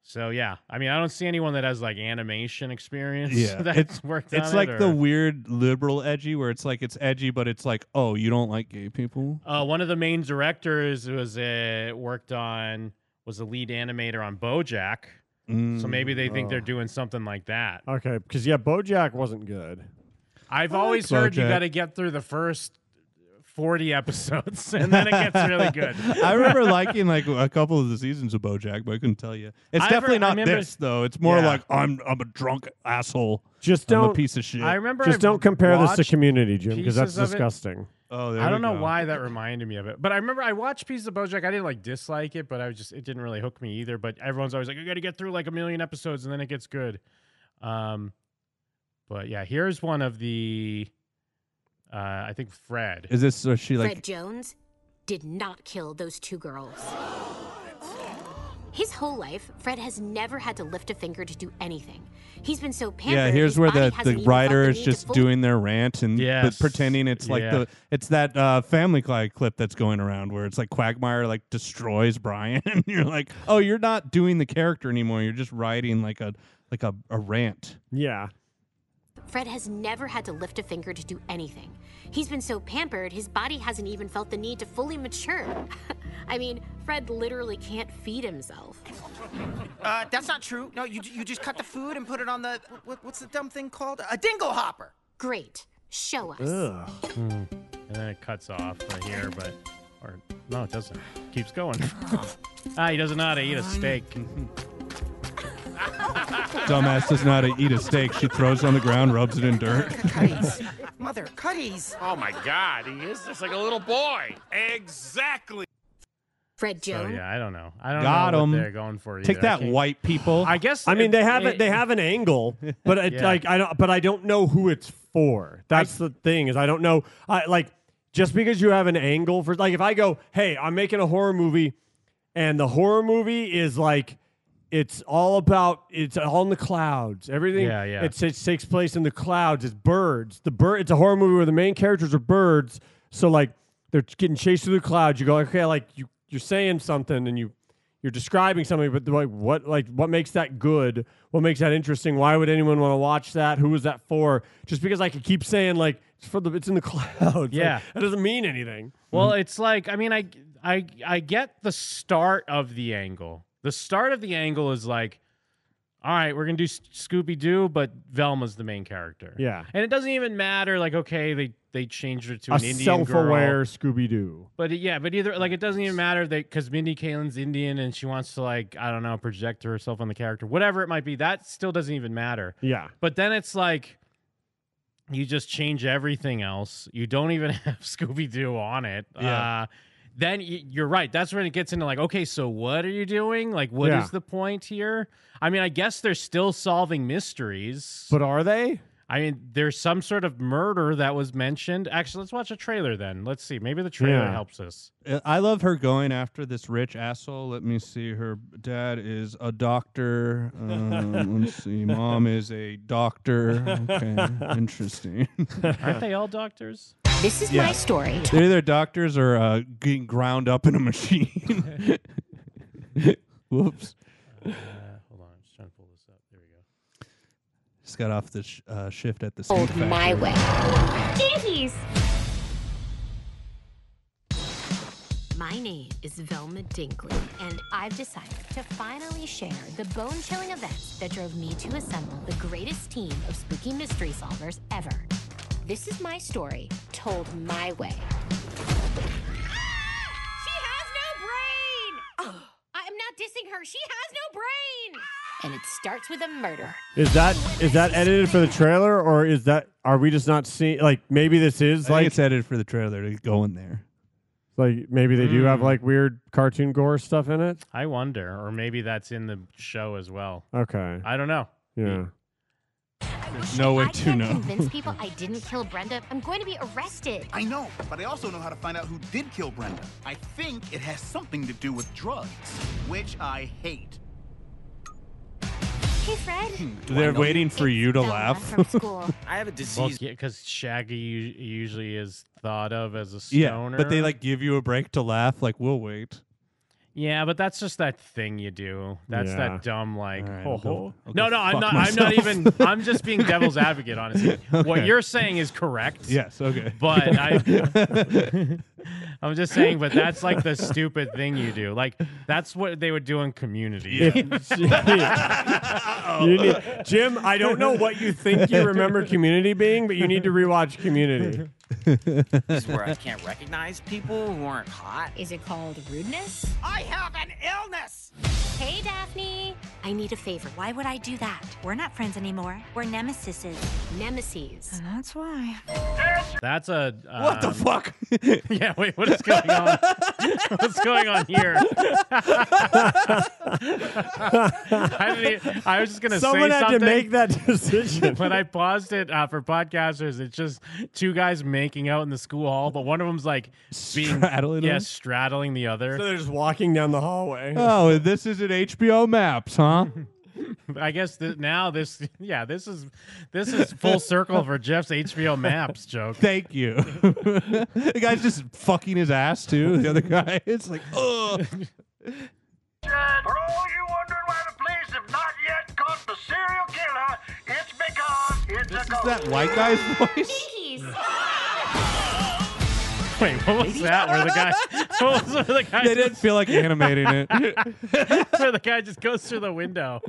E: So yeah, I mean, I don't see anyone that has like animation experience.
D: Yeah.
E: that's
D: It's-
E: worked.
D: It's
E: on
D: like
E: it,
D: the
E: or-
D: weird liberal edgy where it's like it's edgy, but it's like, oh, you don't like gay people?
E: Uh, one of the main directors was uh, worked on was a lead animator on BoJack,
D: Mm.
E: so maybe they think they're doing something like that.
C: Okay, because yeah, BoJack wasn't good.
E: I've
D: oh. I like
E: always heard you
D: BoJack.
E: got to get through the first forty episodes, and then it gets really good.
D: I remember liking like a couple of the seasons of BoJack, but I couldn't tell you. It's
E: I
D: definitely
E: re- I
D: not
E: remember-
D: this though. It's more
E: Yeah.
D: like I'm I'm a drunk asshole.
C: Just
D: I'm a
C: don't
D: piece of shit.
E: I remember.
C: just
E: I've
C: don't compare this to
E: watched-
C: Community, Jim, because that's
E: pieces of it.
C: disgusting.
D: oh, there
E: I
D: we
E: don't know
D: go.
E: why that reminded me of it, but I remember I watched pieces of BoJack. I didn't like dislike it, but I was just it didn't really hook me either. But everyone's always like, "You got to get through like a million episodes, and then it gets good." Um, but yeah, here's one of the. Uh, I think Fred.
D: Is this or she like
K: Fred Jones did not kill those two girls. His whole life, Fred has never had to lift a finger to do anything. He's been so pampered.
D: yeah, here's
K: his
D: where
K: body
D: the,
K: hasn't
D: the
K: even felt
D: writer
K: the
D: is
K: need to
D: just
K: fully
D: doing their rant and but
E: Yes.
D: pretending it's like
E: Yeah.
D: the it's that uh, Family Guy clip that's going around where it's like Quagmire like destroys Brian. you're like, oh, you're not doing the character anymore. You're just writing like a like a, a rant.
C: Yeah.
K: Fred has never had to lift a finger to do anything. He's been so pampered, his body hasn't even felt the need to fully mature. I mean, Fred literally can't feed himself.
B: Uh, that's not true. No, you, you just cut the food and put it on the. What, what's the dumb thing called? A dingle hopper.
K: Great. Show us.
E: and then it cuts off right here, but or no, it doesn't. Keeps going. ah, he doesn't know how to eat a steak.
D: Dumbass doesn't know how to eat a steak. She throws it on the ground, rubs it in dirt.
B: Cutties. Mother, cutties.
L: Oh my God, he is just like a little boy. Exactly.
K: Fred
E: So
K: Jones.
E: Oh, yeah, I don't know. I don't
D: Got
E: know what
D: 'em.
E: they're going for. Either.
D: Take
E: I
D: that,
E: can't-
D: white people.
E: I guess.
C: I mean,
E: it-
C: they have
E: it-
C: it. They have an angle, but it,
E: Yeah.
C: like I don't. But I don't know who it's for. That's the thing is I don't know. I like just because you have an angle for like if I go, hey, I'm making a horror movie, and the horror movie is like it's all about it's all in the clouds. Everything.
E: Yeah, yeah.
C: It, it takes place in the clouds. It's birds. The bird. It's a horror movie where the main characters are birds. So like they're getting chased through the clouds. You go okay, like you you're saying something and you you're describing something, but like what like what makes that good? What makes that interesting? Why would anyone want to watch that? Who was that for? Just because I could keep saying like it's for the it's in the clouds. Like,
E: Yeah.
C: that doesn't mean anything.
E: Well, it's like I mean, I I I get the start of the angle. The start of the angle is like, all right, we're gonna do Scooby Doo, but Velma's the main character.
C: Yeah.
E: and it doesn't even matter. Like, okay, they they changed her to
C: A
E: an Indian girl.
C: self-aware Scooby Doo.
E: But it- yeah, but either like it doesn't even matter that because Mindy Kaling's Indian and she wants to like I don't know project herself on the character, whatever it might be. That still doesn't even matter.
C: Yeah,
E: But then it's like you just change everything else. You don't even have Scooby Doo on it.
C: Yeah.
E: Uh, then y- you're right. That's when it gets into like, okay, so what are you doing? Like, what is
C: Yeah.
E: the point here? I mean, I guess they're still solving mysteries.
C: But are they?
E: I mean, there's some sort of murder that was mentioned. Actually, let's watch a trailer then. Let's see. Maybe the trailer
D: Yeah.
E: helps us.
D: Uh, I love her going after this rich asshole. Let me see. Her dad is a doctor. Um, let's see. Mom is a doctor. Okay, interesting.
E: Aren't they all doctors?
M: This is my story.
D: They're either doctors or uh, getting ground up in a machine. Whoops.
E: Uh, Hold on, I'm just trying to pull this up. There we go.
D: Just got off the sh- uh, shift at the
M: Old
D: sink
M: my
D: factory.
M: way.
K: Jeez. My name is Velma Dinkley, and I've decided to finally share the bone chilling events that drove me to assemble the greatest team of spooky mystery solvers ever.
M: This is my story told my way.
K: She has no brain! I'm not dissing her. She has no brain!
M: And it starts with a murder.
C: Is that is that edited for the trailer or is that are we just not seeing like maybe this
D: I
C: is
D: think
C: like
D: it's edited for the trailer to go in there.
C: like maybe they do have
E: Mm.
C: like weird cartoon gore stuff in it?
E: I wonder, or maybe that's in the show as well.
C: Okay.
E: I don't know.
C: Yeah.
D: There's no way to know.
K: Convince people I didn't kill Brenda. I'm going to be arrested.
J: I know, but I also know how to find out who did kill Brenda. I think it has something to do with drugs, which I hate.
K: Hey, Fred. uh,
D: They're waiting Hmm. for you to laugh.
N: I have a
E: Well,
N: disease.
E: because Shaggy u- usually is thought of as a
D: yeah,
E: stoner.
D: but they like give you a break to laugh. Like we'll wait.
E: Yeah, but that's just that thing you do. That's
C: Yeah.
E: that dumb like.
D: right,
E: "Ho,
D: I'll go-
E: ho."
D: I'll
E: no,
D: go
E: no, I'm
D: fuck
E: not.
D: myself.
E: I'm not even. I'm just being devil's advocate, honestly. What
D: Okay.
E: you're saying is correct.
D: Yes. Okay.
E: But I, I'm just saying. But that's like the stupid thing you do. Like that's what they would do in Community.
C: You need- Jim, I don't know what you think you remember Community being, but you need to rewatch Community.
N: This is where I can't recognize people who aren't hot.
K: Is it called rudeness?
N: I have an illness.
K: Hey, Daphne. I need a favor.
M: Why would I do that? We're not friends anymore. We're nemesises.
K: Nemesis.
M: That's why.
E: That's a. Um,
D: what the fuck?
E: Yeah. Wait. What is going on? What's going on here? I, didn't even- I was just gonna
C: Someone
E: say
C: had
E: something.
C: to make that decision.
E: when I paused it uh, for podcasters, it's just two guys making out in the school hall, but one of them's like being
D: Straddling
E: yeah,
D: them?
E: straddling the other.
C: so they're just walking down the hallway.
D: oh, this is an HBO Maps, huh?
E: I guess th- now this, yeah, this is this is full circle for Jeff's HBO Maps joke.
D: Thank you. the guy's just fucking his ass too. The other guy, it's like, ugh.
O: For all you wondering why the police have not yet caught the serial killer, it's because it's
D: This
O: a
D: is
O: ghost.
D: that white guy's voice.
E: Wait, what was that? Where the guy, what was where the guy,
D: They didn't
E: just,
D: feel like animating it.
E: where the guy just goes through the window?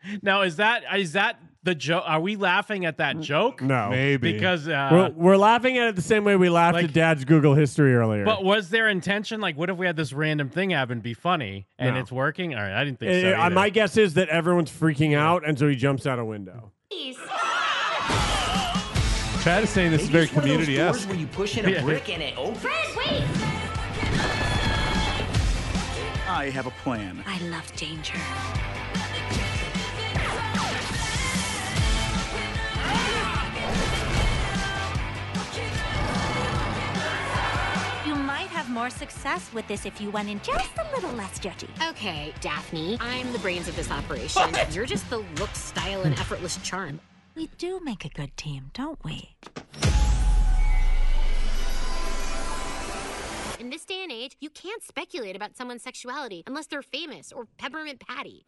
E: now is that is that the joke? Are we laughing at that joke?
C: No.
D: Maybe
E: because uh,
C: We're, we're laughing at it the same way we laughed
E: Like-
C: at Dad's Google history earlier.
E: But was their intention like, what if we had this random thing happen, be funny, and
C: No.
E: it's working? All right, I didn't think so.
C: Eh,
E: either.
C: uh, my guess is that everyone's freaking out, and so he jumps out a window.
D: Chad is saying this is very community esque.
N: where you push in a brick and it opens.
K: Fred, wait!
J: I have a plan.
K: I love danger.
M: You might have more success with this if you went in just a little less judgy.
K: Okay, Daphne, I'm the brains of this operation. You're just the look, style, and effortless charm.
M: We do make a good team, don't we?
K: In this day and age, you can't speculate about someone's sexuality unless they're famous or Peppermint Patty.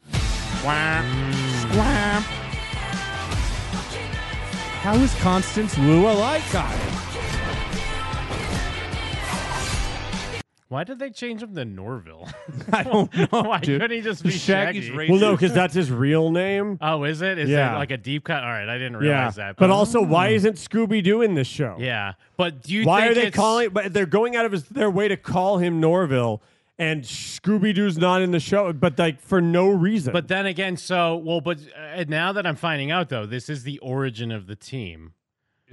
D: How is Constance Wu a light guy?
E: Why did they change him to Norville?
D: I don't know.
E: Why
D: dude.
E: couldn't he just be
D: Shaggy's
E: Shaggy?
D: racist.
C: Well, no, because that's his real name.
E: Oh, is it? Is
C: Yeah.
E: it like a deep cut? All right, I didn't
C: yeah.
E: realize that.
C: But also, why
D: Hmm.
C: isn't Scooby Doo in this show?
E: yeah. But do you?
C: Why
E: think
C: are they
E: it's-
C: calling? But they're going out of his, their way to call him Norville, and Scooby Doo's not in the show, but like for no reason.
E: But then again, so well, but uh, now that I'm finding out though, this is the origin of the team.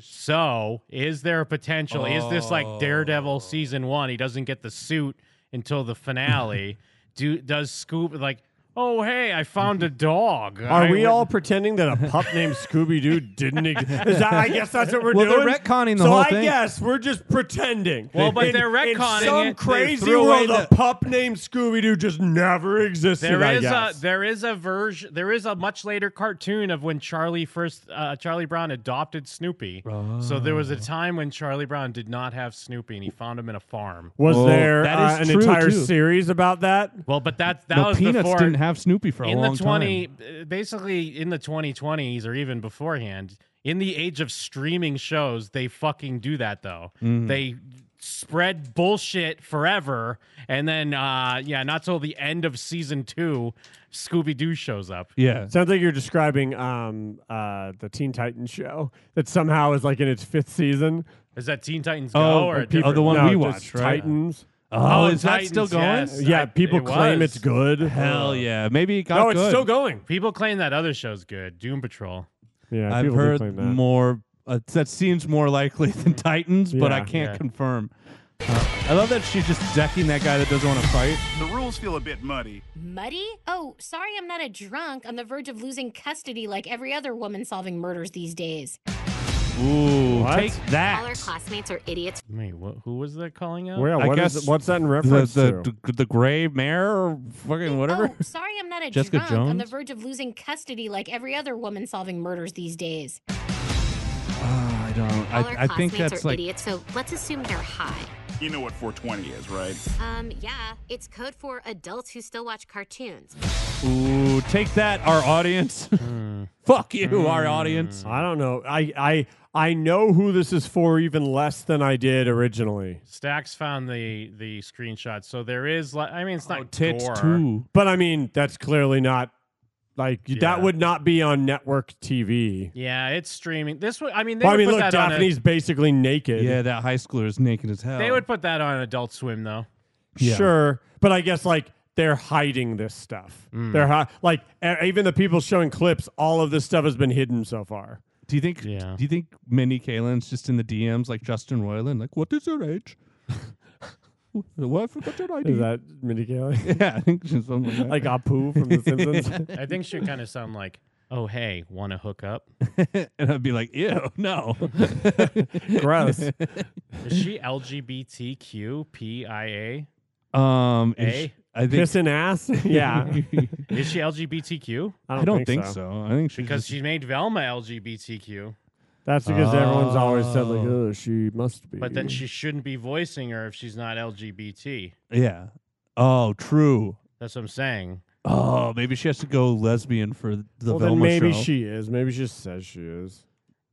E: So, is there a potential? Is this like
C: Oh.
E: Daredevil season one? He doesn't get the suit until the finale. Do does Scoop like? Oh hey, I found a dog.
C: Are
E: I
C: we
E: would-
C: all pretending that a pup named Scooby Doo didn't exist? Is that, I guess that's what we're
D: Well,
C: doing.
D: they're retconning the
C: so
D: whole
C: I
D: thing.
C: guess we're just pretending.
E: Well, but
C: In-
E: they're
C: in
E: retconning
C: some
E: it. They
C: crazy
E: threw
C: world.
E: away
C: A pup named Scooby Doo just never existed.
E: There
C: I
E: is
C: guess.
E: a there is a version there is a much later cartoon of when Charlie first uh, Charlie Brown adopted Snoopy. So there
C: Oh.
E: was a time when Charlie Brown did not have Snoopy and he found him in a farm.
C: Was
D: Well,
C: there
D: that
C: uh,
D: is
C: an
D: true,
C: entire
D: too.
C: series about that?
E: Well, but that that
D: The
E: was
D: Peanuts
E: before
D: didn't have Snoopy for a
E: in
D: long
E: the twenty uh, basically in the twenty twenties or even beforehand. In the age of streaming shows, they fucking do that though.
D: Mhm.
E: They spread bullshit forever, and then uh yeah, not till the end of season two, Scooby Doo shows up.
D: Yeah.
C: Sounds like you're describing um, uh, the Teen Titans show that somehow is like in its fifth season.
E: Is that Teen Titans Go
D: Oh,
E: or a
D: oh, people-
E: different-
D: the one
C: No,
D: we
C: just
D: watched, right?
C: Titans.
D: Oh,
E: Oh,
D: is that
E: Titans,
D: still going?
E: yes.
C: Yeah,
E: I-
C: people
E: it
C: claim
E: was.
C: it's good.
D: Hell yeah. Maybe it got
E: Oh,
C: no, it's
D: good.
C: still going.
E: People claim that other show's good, Doom Patrol.
C: Yeah,
D: I've
C: people do
D: heard
C: claim that.
D: more. Uh, that seems more likely than Titans, but I
C: Yeah.
D: can't
E: Yeah.
D: confirm. Uh, I love that she's just decking that guy that doesn't want to fight.
J: The rules feel a bit muddy.
K: Muddy? Oh, sorry I'm not a drunk on the verge of losing custody like every other woman solving murders these days.
D: Ooh,
C: What?
D: take
K: All our
D: that.
K: classmates are idiots
E: Wait, what, who was that calling out?
C: Well, yeah,
D: I
C: what is-
D: guess
C: what's that in
D: The,
C: reference to?
D: the, the, the gray mare or fucking whatever.
K: Oh, sorry, I'm not a
D: Jessica
K: drunk on the
D: Jones?
K: verge of losing custody like every other woman solving murders these days.
D: Ah, I don't.
K: All our
D: I, I think
K: classmates
D: that's
K: are
D: like.
K: idiots, so let's assume they're high.
J: You know what 420 is, right?
K: Um, yeah, it's code for adults who still watch cartoons.
D: Ooh, take that, our audience. Fuck you,
E: Mm.
D: our audience.
C: I don't know. I I I know who this is for even less than I did originally.
E: Stacks found the the screenshot. So there is like I mean it's not
D: Oh, tits
E: gore.
D: too.
C: But I mean, that's clearly not like
E: Yeah.
C: that would not be on network TV.
E: Yeah, it's streaming. This would I mean they
C: Well, I
E: would
C: mean,
E: put
C: look,
E: that
C: Daphne's basically naked.
D: Yeah, that high schooler is naked as hell.
E: on a, they would put that on Adult Swim though.
D: Yeah.
C: sure, but I guess like they're hiding this stuff.
D: Mm.
C: They're hi- like e- even the people showing clips. All of this stuff has been hidden so far.
D: Do you think?
E: Yeah.
D: Do you think Minnie Kalin's just in the DMs like Justin Roiland? Like, what is your age? what I forgot your ID?
C: Is that Mindy Kaling?
D: yeah, I think she's something like that.
C: like Apu from The Simpsons?
E: I think she kind of sound like, "Oh hey, want to hook up?"
D: and I'd be like, ew, no.
C: Gross.
E: Is she LGBTQPIA?
D: um, and
E: Eh?
D: sh- I think.
C: Pissing ass? Yeah.
E: Is she LGBTQ?
C: I
D: I
C: don't,
D: don't think, so. I think she's
E: Because
D: just-
E: she made Velma LGBTQ,
C: That's because everyone's always said like,
D: Oh.
C: "Oh, she must be."
E: but then she shouldn't be voicing her if she's not LGBT.
D: yeah. Oh, true.
E: That's what I'm saying.
D: Oh, maybe she has to go lesbian for the
C: Well,
D: Velma
C: then maybe
D: show.
C: she is. Maybe she says she is.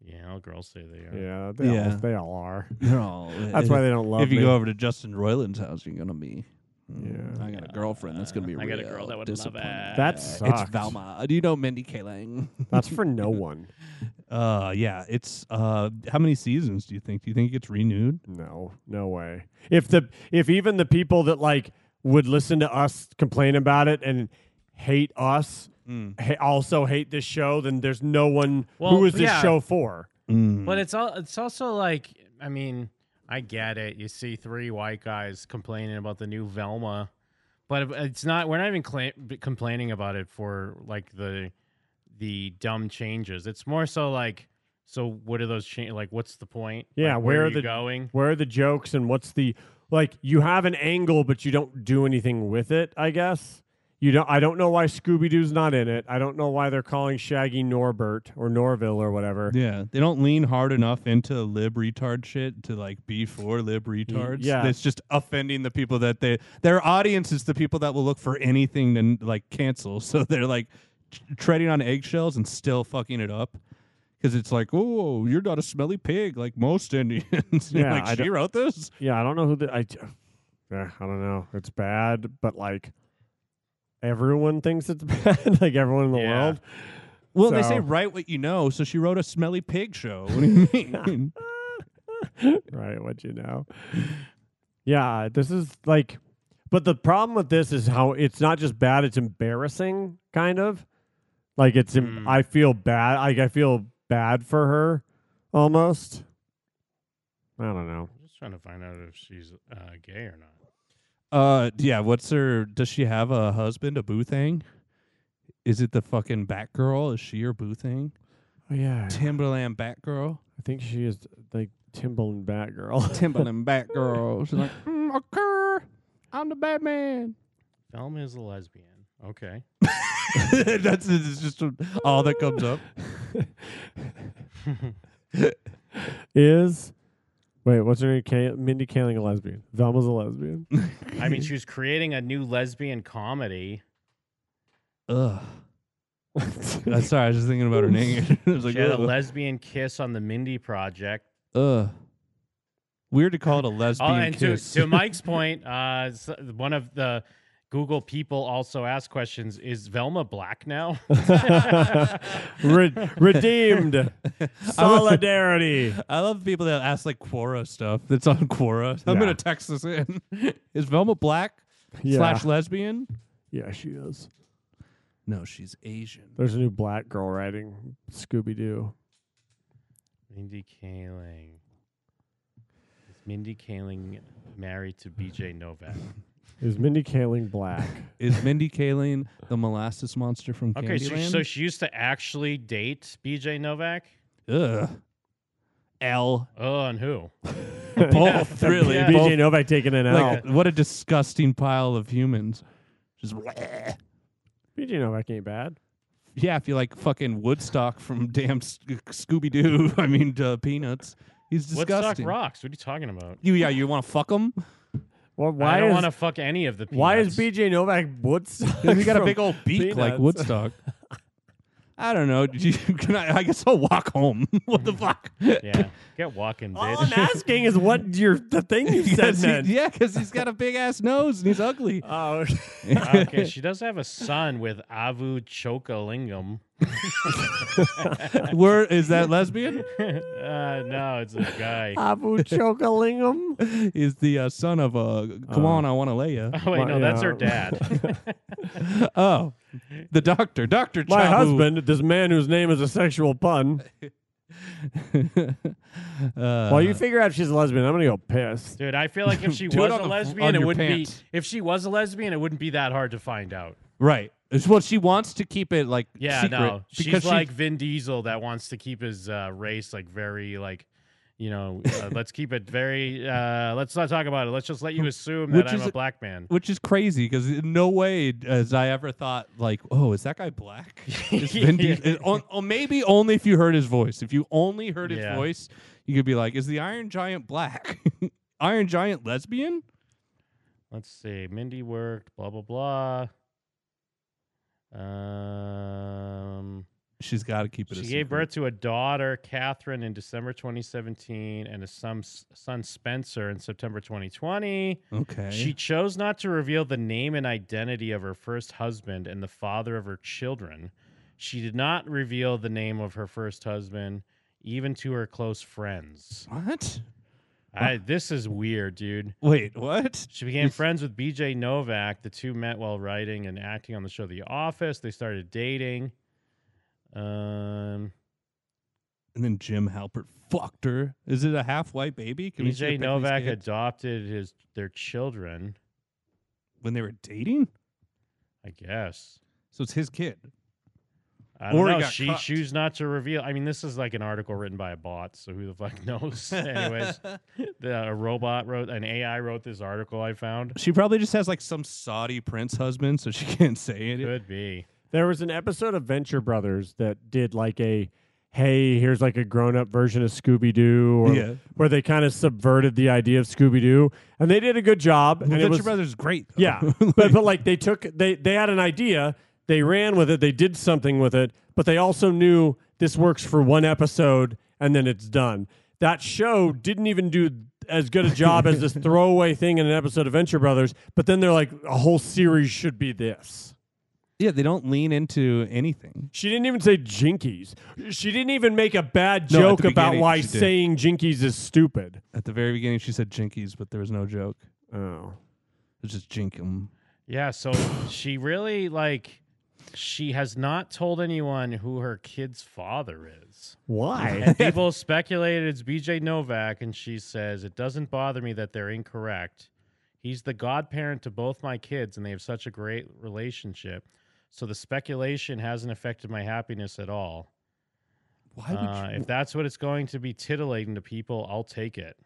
E: Yeah, all girls say they are.
C: Yeah, they
D: Yeah.
C: all they all are.
D: They're all-
C: That's why they don't love
D: If you
C: me.
D: go over to Justin Roiland's house, you're gonna be. hmm,
C: Yeah.
D: I got a girlfriend that's gonna be.
E: I got a
D: real
E: girl that would love
D: disappointed.
E: it.
C: That
D: It's
C: sucked.
D: Velma. Do you know Mindy Kaling?
C: That's for no one.
D: Uh, yeah. It's uh, how many seasons do you think? Do you think it gets renewed?
C: No, no way. If the if even the people that like would listen to us complain about it and hate us ha- also hate this show, then there's no one.
E: Hmm. Well,
C: who is this
E: yeah.
C: show for?
E: But it's all it's also like I mean, I get it. You see three white guys complaining about the new Velma, but if- it's not we're not even cla- b- complaining about it for like the the dumb changes. It's more so like so what are those change like what's the point?
C: Yeah,
E: Like,
C: where
E: are
C: are
E: you
C: the-
E: going?
C: Where are the jokes and what's the like? You have an angle, but you don't do anything with it. I guess you don't. I don't know why Scooby Doo's not in it. I don't know why they're calling Shaggy Norbert or Norville or whatever.
D: Yeah, they don't lean hard enough into lib retard shit to like be for lib retards.
C: yeah.
D: it's just offending the people that they their audience is the people that will look for anything to like cancel. So they're like t- treading on eggshells and still fucking it up because it's like, oh, you're not a smelly pig like most Indians. You're
C: Yeah,
D: like
C: I
D: she
C: don't-
D: wrote this.
C: Yeah, I don't know who the I. Yeah, I don't know. It's bad, but like everyone thinks it's bad. like everyone in the
E: Yeah.
C: world.
D: Well, they say
C: So-
D: write what you know. So she wrote a smelly pig show. What do you mean?
C: right, what you know. Yeah, this is like but the problem with this is how it's not just bad, it's embarrassing kind of. Like it's em-
E: Mm.
C: I feel bad. Like I feel bad for her almost. I don't know.
E: I'm just trying to find out if she's uh, gay or not.
D: Uh, yeah. What's her? Does she have a husband? A boo thing? Is it the fucking Batgirl? Is she your boo thing?
C: Oh yeah,
D: Timberland Batgirl.
C: I think she is like Timbaland Batgirl.
D: Timberland Batgirl. She's like, mm, okay, I'm the Batman.
E: Velma is a lesbian. Okay.
D: That's it's just all that comes up.
C: is wait, what's her name? Ka- Mindy Kaling a lesbian? Velma's a lesbian.
E: I mean, she was creating a new lesbian comedy.
D: Ugh. I'm sorry, I was just thinking about her name. I was like,
E: she had a
D: ugh.
E: lesbian kiss on the Mindy Project.
D: Ugh. Weird to call it a
E: Oh,
D: lesbian
E: and to,
D: kiss.
E: to Mike's point, uh, s- one of the Google people also asked questions: Is Velma black now?
C: Re- redeemed solidarity.
D: I love people that ask like Quora stuff that's on Quora. I'm
C: Yeah.
D: gonna text this in. Is Velma black
C: Yeah.
D: slash lesbian?
C: Yeah, she is.
D: No, she's Asian.
C: There's a new black girl writing Scooby Doo.
E: Mindy Kaling. Is Mindy Kaling married to BJ Novak?
C: Is Mindy Kaling black?
D: Is Mindy Kaling the molasses monster from
E: Okay, so,
D: Candyland?
E: so she used to actually date BJ Novak?
D: Ugh. L.
E: Oh, and who?
D: Both, really.
E: Yeah.
D: Both.
C: BJ Novak taking an
D: Like,
C: out.
D: what a disgusting pile of humans. Just bleh.
C: BJ Novak ain't bad.
D: yeah, if you like fucking Woodstock from damn Scooby Doo, I mean uh, Peanuts, he's
E: Woodstock
D: disgusting.
E: rocks. What are you talking about?
D: You yeah, you want to fuck him?
C: Well,
E: I
C: why
E: don't
C: is
E: want to fuck any of the peanuts.
C: why is BJ Novak Woodstock?
D: He got a
C: from
D: big old beak like
C: Peanuts?
D: Woodstock. I don't know. Did you, can I, I guess I'll walk home. what the fuck?
E: Mm. Yeah, get walking,
C: All I'm
E: bitch.
C: asking is what your the thing you said
D: Because
C: meant.
D: he, yeah, because he's got a big ass nose and he's ugly.
C: Oh,
E: okay, she does have a son with Avu Chokalingam.
D: Where is that lesbian?
E: uh, no, it's a guy.
C: Abu Chokalingam.
D: Is the uh, son of a come on, I want to lay you.
E: Oh, wait, no, that's her
C: yeah.
E: dad.
D: Oh, the doctor, Doctor.
C: My husband, this man whose name is a sexual pun.
D: Uh-huh. husband. uh,
C: While you figure out if she's a lesbian, I'm gonna go piss.
E: Dude, I feel like if she
D: Do it
E: was
D: on
E: a
D: the-
E: lesbian,
D: on
E: it
D: your
E: wouldn't
D: pants.
E: be. If she was a lesbian, it wouldn't be that hard to find out.
D: right? It's- Well, she wants to keep it like
E: Yeah,
D: secret
E: no, she's
D: because she-
E: like Vin Diesel that wants to keep his uh, race like very like, you know, uh, let's keep it very. Uh, let's not talk about it. Let's just let you assume that
D: Which
E: I'm
D: is
E: a
D: a-
E: black man.
D: which is crazy because in no way as I ever thought like, oh, is that guy black? Is Vin Diesel- and on- oh, maybe only if you heard his voice. If you only heard his
E: Yeah.
D: voice, you could be like, is the Iron Giant black? Iron Giant lesbian?
E: Let's see. Mindy worked. Blah blah blah. Um,
D: She's got to keep it.
E: she
D: a
E: gave
D: secret.
E: birth to a daughter, Catherine, in December 2017, and a son, son Spencer, in September 2020.
D: Okay.
E: She chose not to reveal the name and identity of her first husband and the father of her children. She did not reveal the name of her first husband, even to her close friends.
D: what?
E: I, this is weird, dude.
D: Wait, what?
E: She became friends with BJ Novak. The two met while writing and acting on the show The Office. They started dating. Um,
D: And then Jim Halpert fucked her. Is it a half white baby? Can we see a
E: BJ
D: pic of these
E: E Novak
D: kids?
E: adopted his their children,
D: when they were dating.
E: I guess.
D: So it's his kid.
E: I don't
D: Or he
E: know.
D: got
E: She
D: cucked.
E: choose not to reveal. I mean, this is like an article written by a bot, so who the fuck knows? Anyways, the, a robot wrote, an AI wrote this article I found.
D: She probably just has like some Saudi prince husband, so she can't say it.
E: Could be.
C: There was an episode of Venture Brothers that did like a hey, here's like a grown up version of Scooby Doo or
D: Yeah.
C: where they kind of subverted the idea of Scooby Doo. And they did a good job. and
D: Well,
C: it
D: Venture
C: was-
D: Brothers is great. though.
C: Yeah. but but like they took they they had an idea, they ran with it, they did something with it, but they also knew this works for one episode and then it's done. That show didn't even do as good a job as this throwaway thing in an episode of Venture Brothers, but then they're like a whole series should be this.
D: Yeah, they don't lean into anything.
C: She didn't even say jinkies. She didn't even make a bad
D: No, at
C: joke
D: the
C: about
D: beginning
C: why
D: she did.
C: saying jinkies is stupid.
D: At the very beginning, she said jinkies, but there was no joke.
C: Oh.
D: It was just jinkum.
E: Yeah. So she really like. she has not told anyone who her kid's father is.
C: Why?
E: And people speculated it's BJ Novak, and she says, It doesn't bother me that they're incorrect. He's the godparent to both my kids, and they have such a great relationship. So the speculation hasn't affected my happiness at all.
D: Why would
E: Uh,
D: you-
E: If that's what it's going to be titillating to people, I'll take it.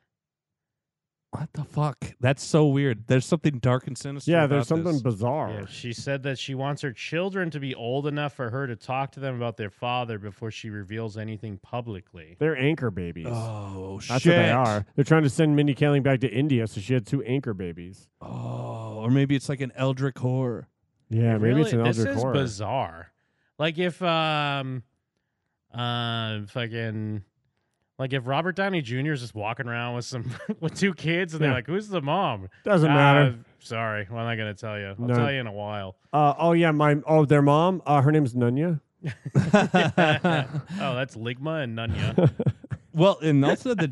D: What the fuck? That's so weird. There's something dark and sinister.
C: Yeah, there's
D: about
C: something
D: this.
C: bizarre.
E: Yeah, she said that she wants her children to be old enough for her to talk to them about their father before she reveals anything publicly.
C: They're anchor babies.
D: Oh,
C: That's what they
D: shit.
C: are. They're trying to send Mindy Kaling back to India, so she had two anchor babies.
D: Oh, or maybe it's like an Eldric horror.
C: Yeah, maybe it's an
E: Really?
C: Eldritch
E: this is
C: horror.
E: bizarre. Like if um uh fucking like if Robert Downey Jr. is just walking around with some with two kids and
C: Yeah.
E: they're like, "Who's the mom?"
C: Doesn't
E: "Ah,
C: matter."
E: Sorry, well, I'm not gonna tell you. I'll
C: No.
E: tell you in a while.
C: Uh, oh yeah, my oh their mom. Uh, her name's Nunya.
E: oh, that's Ligma and Nunya.
D: Well, and also the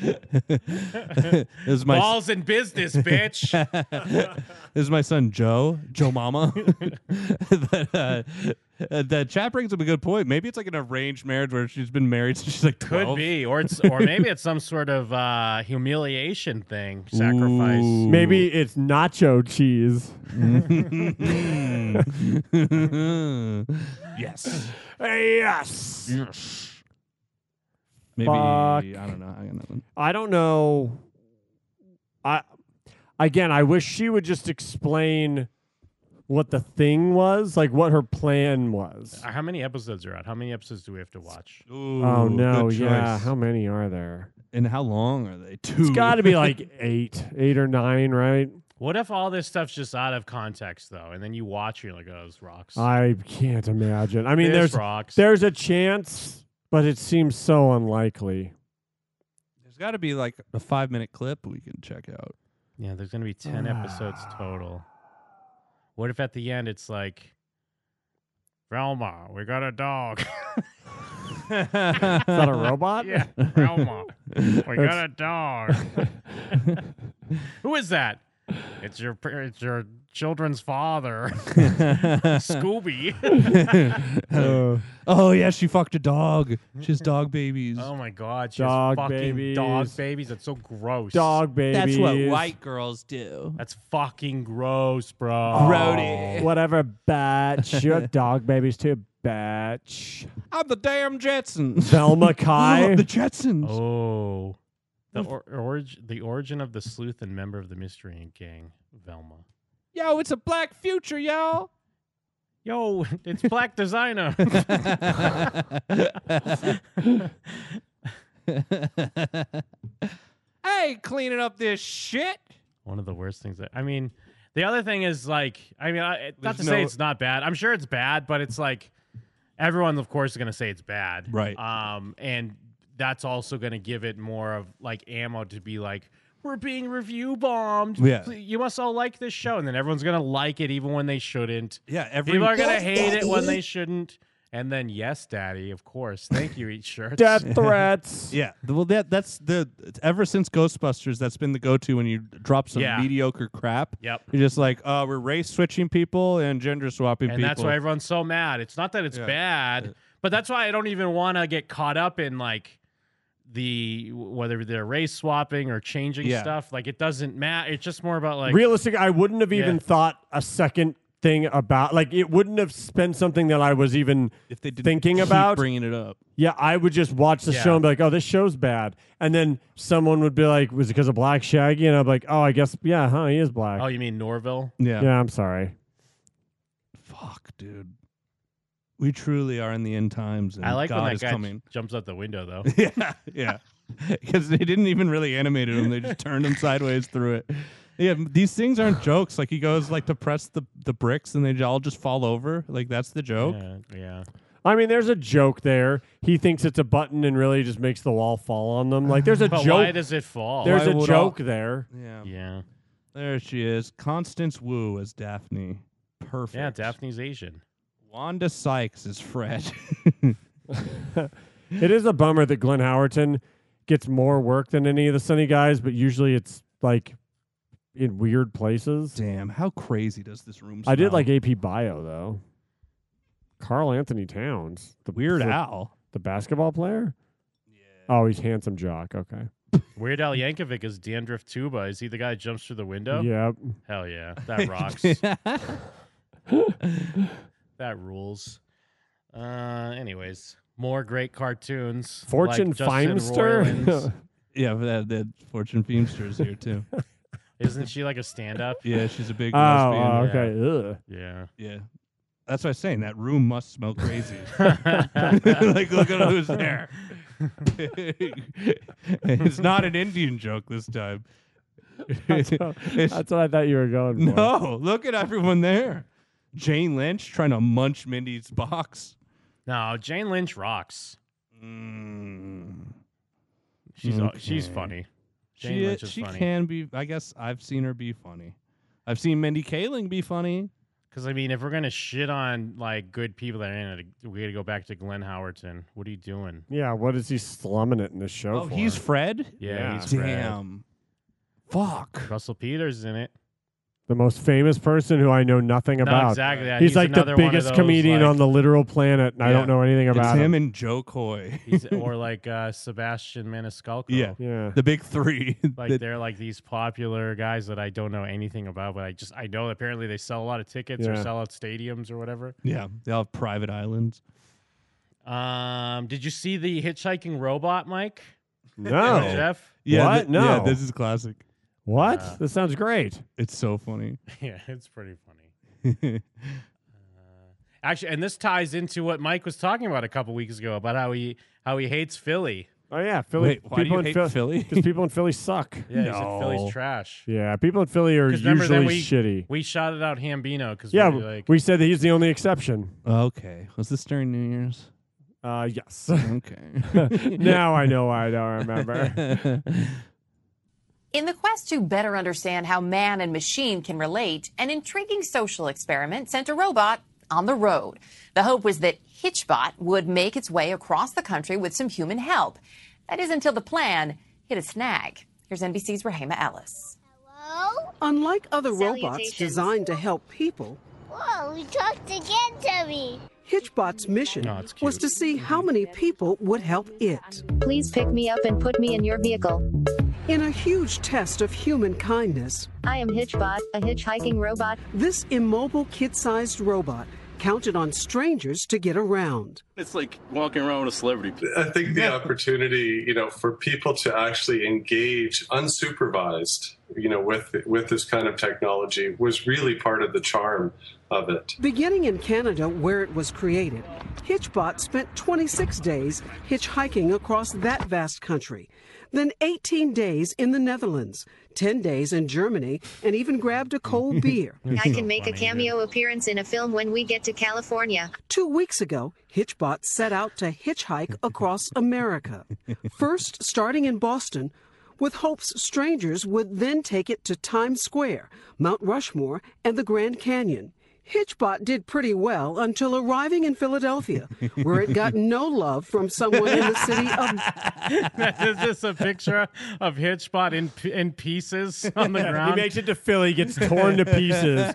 D: This is my
E: Balls in business, bitch.
D: this is my son Joe, Joe Mama. that, uh, uh, the chat brings up a good point. Maybe it's like an arranged marriage where she's been married since she's like
E: Could
D: 12.
E: be, or it's or maybe it's some sort of uh, humiliation thing, sacrifice.
D: Ooh.
C: Maybe it's nacho cheese.
D: yes. Mm.
C: yes.
D: Yes. Maybe
C: Fuck.
D: I don't know. I got nothing.
C: I don't know. I again, I wish she would just explain what the thing was, like what her plan was.
E: Uh, How many episodes are out? How many episodes do we have to watch?
D: Ah, Ooh,
C: oh no,
D: good
C: yeah.
D: choice.
C: How many are there?
D: and how long are they? Two.
C: It's got to be like eight, eight or nine, right?
E: What if all this stuff's just out of context though, and then you watch and you're like, "Oh, this rocks."
C: I can't imagine. I mean,
E: This
C: there's
E: rocks.
C: there's a chance, but it seems so unlikely.
D: There's got to be like a five minute clip we can check out.
E: yeah, there's gonna be ten
C: Ah.
E: episodes total. What if at the end it's like, Velma, we got a dog.
D: Is
C: Is that a robot?
E: yeah, Velma, we got a dog. Who is that? It's your par- it's your children's father, Scooby.
C: Uh,
D: oh yeah, she fucked a dog. She has dog babies.
E: oh my God, she
C: Dog
E: has fucking dog
C: babies.
E: babies. That's so gross.
C: dog baby.
G: girls do.
E: That's fucking gross,
C: Oh,
E: bro.
G: Brody.
C: Whatever, batch. Your dog baby's too, batch.
D: I'm the damn Jetsons.
C: Velma Kai.
D: I'm the Jetsons.
E: Oh. The or, orig- the origin of the sleuth and member of the mystery and gang, Velma.
D: Yo, it's a black future, y'all.
E: Yo, it's Black Designer.
D: hey, cleaning up this shit.
E: One of the worst things that I mean, the other thing is like, I mean, I, it- not
D: There's
E: to say
D: no-
E: it's not bad. I'm sure it's bad, but it's like everyone, of course, is going to say it's bad,
D: Right.
E: Um, and that's also going to give it more of like ammo to be like, we're being review bombed.
D: Yeah.
E: you must all like this show, and then everyone's going to like it even when they shouldn't.
D: Yeah, every
E: People are gonna hate it when they shouldn't. And then yes, daddy, of course. Thank you, eat shirts.
C: Death threats.
D: Yeah, th- well, that that's the ever since Ghostbusters, that's been the go-to when you drop some
E: Yeah.
D: mediocre crap.
E: Yep.
D: You're just like, uh, we're race switching people and gender swapping
E: And
D: people.
E: that's why everyone's so mad. It's not that it's
D: Yeah.
E: bad, but that's why I don't even want to get caught up in like the whether they're race swapping or changing
D: Yeah.
E: stuff. Like it doesn't matter. It's just more about like
C: Realistic. I wouldn't have even
E: Yeah.
C: thought a second thing about. Like it wouldn't have been something that I was even
D: if they didn't
C: thinking
D: keep
C: about.
D: bringing it up.
C: yeah, I would just watch the
E: Yeah.
C: show and be like, "Oh, this show's bad," and then someone would be like, "Was it because of Black Shaggy?" And I'm like, "Oh, I guess yeah, huh? He is black."
E: oh, you mean Norville?
D: Yeah.
C: yeah, I'm sorry.
D: Fuck, dude. We truly are in the end times. And
E: I like
D: Mm, God
E: when that
D: is
E: guy j-
D: coming.
E: jumps out the window though.
D: yeah, yeah. Because they didn't even really animate him; they just turned him sideways through it. Yeah, m- these things aren't jokes. Like he goes like to press the the bricks, and they j- all just fall over. Like that's the joke.
E: yeah, yeah.
C: I mean, there's a joke there. He thinks it's a button and really just makes the wall fall on them. Like there's a
E: But why
C: joke.
E: does it fall?
C: There's
D: Why
C: a
D: would
C: joke
D: all-
C: there.
D: Yeah.
E: yeah.
D: there she is, Constance Wu as Daphne. Perfect.
E: Yeah, Daphne's Asian.
D: Wanda Sykes is Fred.
C: It is a bummer that Glenn Howerton gets more work than any of the Sunny guys, but usually it's like in weird places.
D: Damn, how crazy does this room?
C: I did
D: smell?
C: like AP Bio though. Carl Anthony Towns, the
D: Weird
C: the-
D: Al.
C: the basketball player. Yeah. Oh, he's handsome jock. Okay.
E: Weird Al Yankovic is Dandruff Tuba. Is he the guy that jumps through the window?
C: Yep.
E: Hell yeah. That rocks. that rules. Uh, anyways, more great cartoons.
C: Fortune
E: like Justin Roiland's.
C: Feimster.
D: yeah, but that, that Fortune Feimster's here too.
E: Isn't she like a stand up?
D: Yeah, she's a big
C: Oh,
D: lesbian.
C: oh, okay. Ugh.
E: Yeah.
D: Yeah. That's what I'm saying. That room must smell crazy. like, look at who's there. it's not an Indian joke this time.
C: That's, what, that's what I thought you were going for.
D: no, look at everyone there. Jane Lynch trying to munch Mindy's box.
E: No, Jane Lynch rocks. She's uh, she's
D: Okay.
E: funny. Mm. Jane
D: She,
E: Lynch is
D: she
E: funny.
D: can be. I guess I've seen her be funny. I've seen Mindy Kaling be funny.
E: Because I mean, if we're gonna shit on like good people that are in it, we got to go back to Glenn Howerton. What are you doing?
C: Yeah, what is he slumming it in the show
D: Oh,
C: for?
D: he's Fred.
E: Yeah,
C: Yeah.
E: he's Fred.
D: Damn. Fuck.
E: Russell Peters in it.
C: the most famous person who I know nothing
E: No,
C: about.
E: exactly. Yeah,
C: He's, like the
E: another one of
C: biggest
E: those,
C: comedian
E: like-
C: on the literal planet, and I
D: Yeah.
C: don't know anything
D: It's
C: about
D: him and Joe Coy.
E: He's, or like uh, Sebastian Maniscalco.
D: Yeah.
C: Yeah.
D: The big three.
E: Like
D: that-
E: they're like these popular guys that I don't know anything about, but I just I know apparently they sell a lot of tickets or
C: Yeah.
E: sell out stadiums or whatever.
D: yeah. They all have private islands.
E: Um, did you see the hitchhiking robot, Mike?
C: No.
E: Jeff.
D: Yeah.
C: What?
D: thi-
C: No.
D: Yeah, this is classic.
C: What? this sounds great.
D: It's so funny.
E: Yeah, it's pretty funny. Uh, Actually, and this ties into what Mike was talking about a couple weeks ago about how he how he hates Philly.
C: Oh yeah, Philly.
D: Wait, why do you hate Philly?
C: Because people in Philly suck.
E: Yeah, he said
D: No.
E: Philly's trash.
C: Yeah, people in Philly are
E: 'Cause remember,
C: usually
E: then
C: shitty.
E: We shouted out Hambino because
C: yeah,
E: we were
C: w-
E: like
C: we said that he's the only exception.
D: Okay. Was this during New Year's?
C: Uh, yes.
D: Okay.
C: now I know why I don't remember.
P: In the quest to better understand how man and machine can relate, an intriguing social experiment sent a robot on the road. The hope was that Hitchbot would make its way across the country with some human help. That is until the plan hit a snag. Here's NBC's Rahema Ellis.
Q: Unlike other robots
M: Salutations.
Q: designed to help people,
R: Oh,
M: Whoa, we talked again, Debbie.
Q: Hitchbot's mission was to see how many people would help it.
K: Please pick me up and put me in your vehicle.
Q: In a huge test of human kindness,
K: I am Hitchbot, a hitchhiking robot.
Q: this immobile kid sized robot counted on strangers to get around.
S: It's like walking around with a celebrity.
T: I think the opportunity, you know, for people to actually engage unsupervised, you know, with with this kind of technology was really part of the charm of it.
Q: Beginning in Canada, where it was created, Hitchbot spent 26 days hitchhiking across that vast country, then 18 days in the Netherlands, 10 days in Germany, and even grabbed a cold beer.
K: I can make a cameo appearance in a film when we get to California.
Q: Two weeks ago, Hitchbot set out to hitchhike across America, first starting in Boston, with hopes strangers would then take it to Times Square, Mount Rushmore, and the Grand Canyon. Hitchbot did pretty well until arriving in Philadelphia, where it got no love from someone in the city of
E: is this a picture of Hitchbot in p- in pieces on the ground?
C: he makes it to Philly, gets torn to pieces.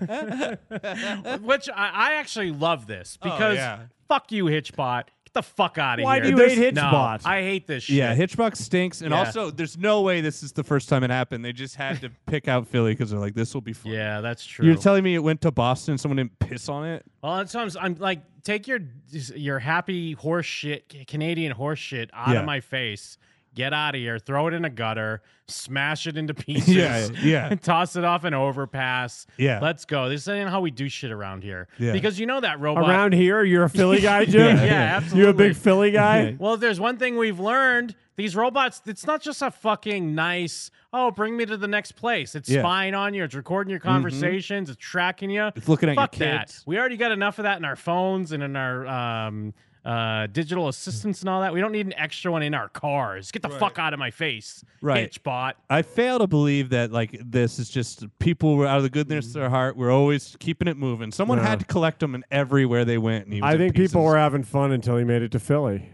E: Which I, I actually love this
D: Oh,
E: because
D: yeah.
E: fuck you, Hitchbot. Get the fuck out of
C: Why
E: here.
C: do you hate
E: No,
C: Hitchbot?
E: I hate this shit.
D: Yeah, Hitchcock stinks, and
E: Yeah.
D: also there's no way this is the first time it happened. They just had to pick out Philly because they're like, this will be fun.
E: Yeah, that's true.
D: You're telling me it went to Boston, someone didn't piss on it?
E: Well, sometimes I'm like, take your your happy horse shit, Canadian horse shit, out
D: Yeah.
E: of my face. Get out of here. Throw it in a gutter. Smash it into pieces.
D: Yeah, yeah.
E: Toss it off an overpass.
D: Yeah.
E: Let's go. This ain't how we do shit around here.
D: Yeah.
E: Because you know that robot
C: Around here, you're a Philly guy, Jim.
E: Yeah, absolutely.
C: You a big Philly guy?
E: Well, if there's one thing we've learned, these robots, it's not just a fucking nice, oh, bring me to the next place. It's
D: Yeah. Mm-hmm.
E: spying on you, it's recording your conversations, it's tracking you.
D: It's looking at your
E: Fuck that.
D: kids.
E: We already got enough of that in our phones and in our um, uh, digital assistants and all that. We don't need an extra one in our cars. Get the fuck out of my face,
D: Right.
E: Hitchbot.
D: I fail to believe that like this is just people were out of the goodness of their heart. We're always keeping it moving. Someone
C: Yeah.
D: had to collect them, and everywhere they went, and he was
C: I
D: in
C: think
D: pieces.
C: people were having fun until he made it to Philly.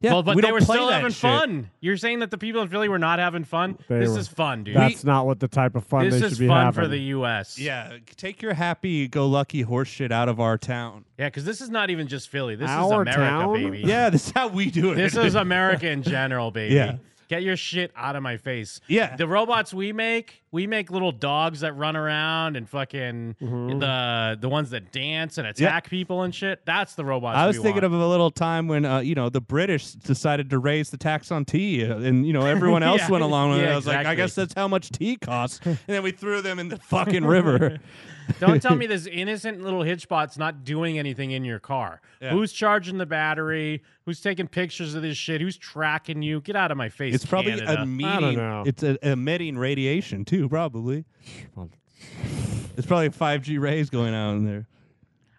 E: Yeah, well, but
D: we
E: they
D: don't
E: were
D: play
E: still
D: that
E: having
D: shit.
E: fun. You're saying that the people in Philly were not having fun?
C: They
E: this
C: were-
E: is fun, dude.
C: That's not what the type of fun
E: this
C: they
E: is
C: should be
E: fun
C: having.
E: for the U.S.
D: Yeah, take your happy go lucky horse shit out of our town.
E: Yeah, because this is not even just Philly. This
C: Our
E: is America,
C: town?
E: baby.
D: Yeah, this is how we do it.
E: This is America in general, baby.
D: Yeah.
E: Get your shit out of my face.
D: Yeah.
E: The robots we make, we make little dogs that run around and fucking
D: Mm-hmm.
E: the the ones that dance and attack people and shit. That's the robots.
D: I was
E: we
D: thinking
E: want.
D: of a little time when uh, you know the British decided to raise the tax on tea, uh, and you know everyone else
E: Yeah.
D: went along with it.
E: Yeah,
D: I was like, I
E: exactly.
D: guess that's how much tea costs, and then we threw them in the fucking river.
E: Don't tell me this innocent little hitchbot's not doing anything in your car.
D: Yeah.
E: Who's charging the battery? Who's taking pictures of this shit? Who's tracking you? Get out of my face.
D: It's probably
E: Canada.
D: emitting. It's uh emitting radiation too, probably. it's probably five G rays going out in there.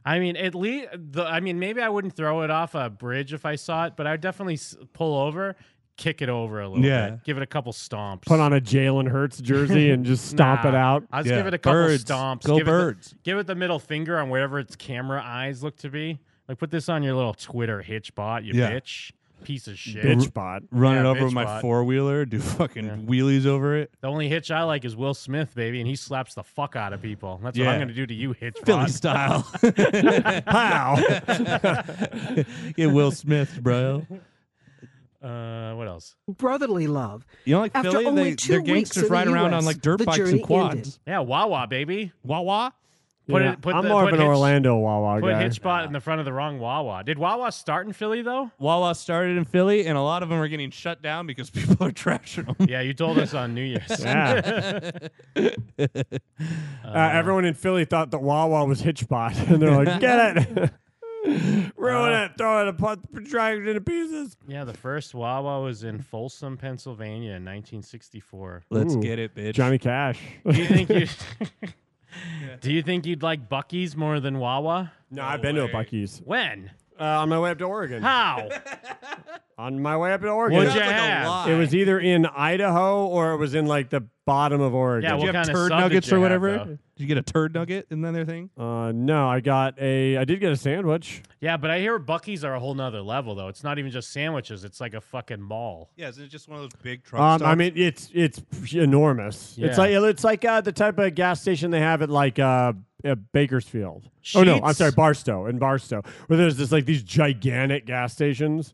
E: I mean, at least the. I mean, maybe I wouldn't throw it off a bridge if I saw it, but I would definitely s- pull over, kick it over a little
C: Yeah.
E: bit, give it a couple stomps.
C: Put on a Jalen Hurts jersey and just stomp
E: Nah,
C: it out.
E: I'll just give it a couple stomps.
C: Go
E: give
C: birds.
E: It the, give it the middle finger on whatever its camera eyes look to be. Like put this on your little Twitter hitch bot, you
D: Yeah.
E: bitch, piece of shit,
D: Run it
E: Yeah,
D: over with
E: bitch
D: my
E: bot.
D: four wheeler. Do fucking wheelies over it.
E: The only hitch I like is Will Smith, baby, and he slaps the fuck out of people. That's what
D: Yeah.
E: I'm going to do to you, hitch
D: Philly
E: bot.
D: style. Pow. Get Will Smith, bro.
E: Uh, what else?
Q: Brotherly love.
D: You know, like
Q: After
D: Philly,
Q: only
D: they,
Q: two
D: their
Q: weeks
D: gangsters
Q: in the
D: ride around
Q: US,
D: on like dirt
Q: the
D: bikes
Q: journey
D: and quads.
Q: ended.
E: Yeah, Wawa, baby.
D: Wawa.
E: Put
C: Yeah,
E: it. Put
C: I'm
E: the,
C: more
E: put
C: of an
E: hitch-
C: Orlando Wawa
E: Put
C: guy.
E: hitchbot in the front of the wrong Wawa. Did Wawa start in Philly though?
D: Wawa started in Philly, and a lot of them are getting shut down because people are trashing them.
E: Yeah, you told us on New Year's.
C: Yeah. Uh, everyone in Philly thought that Wawa was Hitchbot, and they're like, "Get it, ruin
E: Uh,
C: it, throw it apart, drag it into pieces."
E: yeah, the first Wawa was in Folsom, Pennsylvania in 1964.
D: Let's
C: Ooh,
D: get it, bitch.
C: Johnny Cash.
E: Do you think you? Do you think you'd like Bucky's more than Wawa?
C: no, I've been to a Bucky's
E: When?
C: uh, on my way up to Oregon.
E: How?
C: On my way up to Oregon,
E: What'd you Sounds like a have? lie.
C: It was either in Idaho or it was in like the bottom of Oregon.
E: Yeah, what
D: Did you have
E: kind of
D: turd
E: sub did
D: nuggets
E: you
D: or
E: have,
D: whatever?
E: though?
D: did you get a turd nugget in their thing?
C: Uh, no, I got a. I did get a sandwich.
E: Yeah, but I hear Bucky's are a whole nother level though. It's not even just sandwiches; it's like a fucking mall.
D: Yeah, is it just one of those big trucks?
C: Um, I mean, it's it's enormous.
E: Yeah.
C: It's like it's like uh, the type of gas station they have at like uh, uh, Bakersfield. Oh no, I'm
E: Sheetz?
C: sorry, Barstow in Barstow, where there's just like these gigantic gas stations.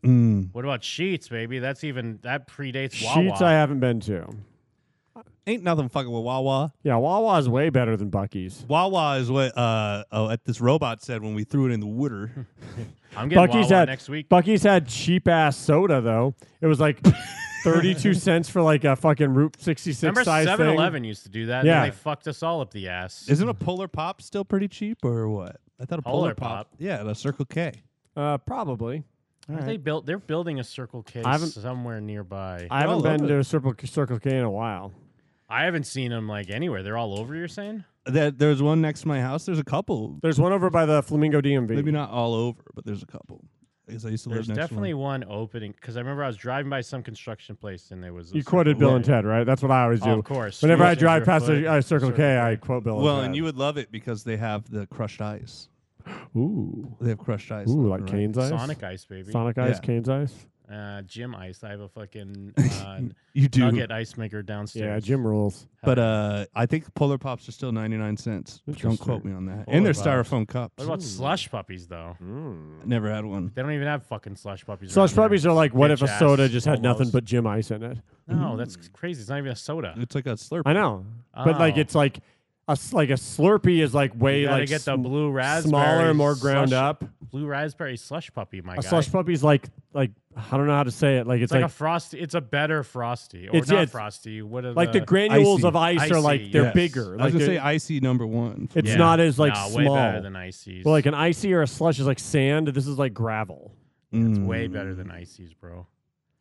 E: Mm.
D: Hmm.
E: What about Sheets, baby? That's even that predates Wawa.
C: Sheets, I haven't been to.
D: ain't nothing fucking with Wawa.
C: Yeah, Wawa's way better than Bucky's.
D: Wawa is what uh, oh, at this robot said when we threw it in the water.
E: I'm getting
C: Bucky's
E: Wawa
C: had
E: next week.
C: Bucky's had cheap ass soda though. It was like thirty two cents for like a fucking Route sixty six
E: Remember,
C: size
E: 7-Eleven
C: thing.
E: used to do that. Yeah,
C: Yeah.
E: and they fucked us all up the ass.
D: Isn't a Polar Pop still pretty cheap or what? I thought a
E: Polar
D: Polar,
E: Pop.
D: Yeah, and a Circle K.
C: Uh, probably.
E: Aren't They built. They're building a Circle K
C: I haven't-
E: somewhere nearby.
C: I haven't been to a Circle Circle K in a while.
E: I haven't seen them like anywhere. They're all over. You're saying?
D: That there's one next to my house. There's a couple.
C: There's one over by the Flamingo DMV.
D: Maybe not all over, but there's a couple. Because I used to
E: There's
D: live next
E: definitely
D: to one.
E: one opening because I remember I was driving by some construction place and there was. A
C: You quoted
E: Circle
C: Bill
E: K.
C: and Ted, right? That's what I always
E: Oh,
C: do.
E: of course.
C: Whenever I
E: Using
C: drive
E: your
C: past
E: foot,
C: a, a Circle
E: Circle
C: K, I quote Bill.
D: Well,
C: and,
D: and
C: Ted.
D: you would love it because they have the crushed ice.
C: ooh,
D: They have crushed ice.
C: ooh,
D: left
C: like
D: and right.
C: Cane's ice,
E: Sonic Ice, baby.
C: Sonic Ice,
D: Yeah.
C: Cane's ice.
E: Uh, Jim Ice. I have a fucking uh,
D: You do.
E: nugget ice maker downstairs.
C: Yeah, Jim rules.
D: But uh, I think Polar Pops are still 99 cents. Don't quote
C: Interesting.
D: me on that.
E: Polar
D: and they're
E: Pops.
D: styrofoam cups.
E: What about slush puppies though?
D: Never had one.
E: They don't even have fucking slush puppies.
C: Slush
E: around here.
C: puppies are like, what if a
E: Bitch-ass
C: soda just had
E: homos.
C: nothing Mm. but Jim Ice in it?
E: No, that's crazy. It's not even a soda.
D: It's like a slurp.
C: I know, but like
E: Oh.
C: it's like a s- like a Slurpee is like way
E: You gotta
C: like
E: get the
C: sm-
E: blue raspberry,
C: smaller, more ground
E: slush-
C: up.
E: Blue raspberry slush puppy, my
C: A
E: guy.
C: slush puppy's like like I don't know how to say it. Like
E: it's
C: it's,
E: like, a frosty. It's a better frosty, or
C: It's- yeah,
E: not
C: it's-
E: frosty. What are
C: like the granules
D: Icy.
C: of ice are
E: uh, Icy,
C: like they're
E: yes.
C: bigger.
D: I was
C: Like uh,
D: going to
C: they're-
D: say icy number one.
C: It's
E: Yeah.
C: not as like
E: Nah,
C: small.
E: way better than ices.
C: Well, like an icy or a slush is like sand. This is like gravel.
E: It's
D: Mm.
E: way better than ices, bro.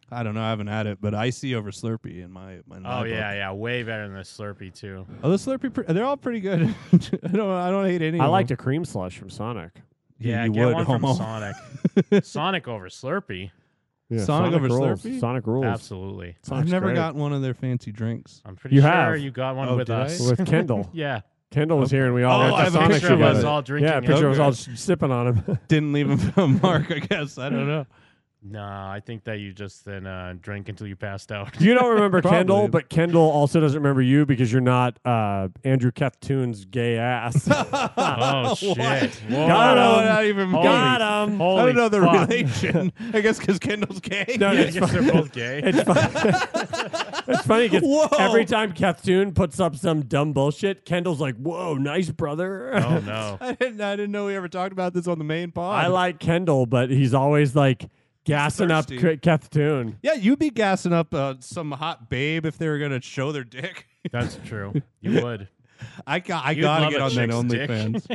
D: I don't know. I haven't had it, but icy over Slurpee in my my.
E: Oh yeah, yeah, way better than the Slurpee too.
D: Oh, the Slurpee, pre- they're all pretty good. I don't I don't hate any.
C: I
D: of
C: liked
D: them.
C: a cream slush from Sonic.
E: Yeah,
D: you
E: get
D: would,
E: one
D: homo.
E: from Sonic. Sonic over Slurpee,
C: Yeah,
D: Sonic over
C: rules.
D: Slurpee?
C: Sonic rules.
E: absolutely.
D: I've
C: Sonic's
D: never
C: great.
D: gotten one of their fancy drinks.
E: I'm pretty
C: You
E: sure
C: have.
E: you got one
D: Oh,
E: with
D: did I?
E: us.
C: With Kendall.
E: yeah,
C: Kendall was here, and we all
D: Oh,
C: went
D: I
C: to
D: have a
C: Sonic
D: picture of us
C: together.
E: all drinking
C: Yeah, a
E: it.
C: picture of us all
D: Okay.
C: s- sipping on him.
D: Didn't leave them for a mark, I guess. I don't know.
E: No, I think that you just then uh, drank until you passed out.
C: You don't remember
E: Probably.
C: Kendall, but Kendall also doesn't remember you because you're not uh, Andrew Keftoon's gay ass.
E: oh shit! Whoa.
C: Got him.
D: Not even
C: Holy- Got him.
D: I
C: holy
D: don't know the
C: fuck.
D: relation. I guess because Kendall's gay.
C: No,
E: Yeah, I
C: it's
E: guess
C: fine.
E: they're both gay.
C: It's fun- it's funny
D: Whoa.
C: because every time Keftoon puts up some dumb bullshit, Kendall's like, "Whoa, nice brother."
E: Oh no!
D: I didn't. I didn't know we ever talked about this on the main pod.
C: I like Kendall, but he's always like gassing up
D: thirsty.
C: Keftoon.
D: Yeah, you'd be gassing up uh, some hot babe if they were gonna show their dick.
E: That's true. You would.
D: I got. I
E: You'd
D: gotta
E: love
D: get
E: a
D: on that
E: chick's
D: OnlyFans.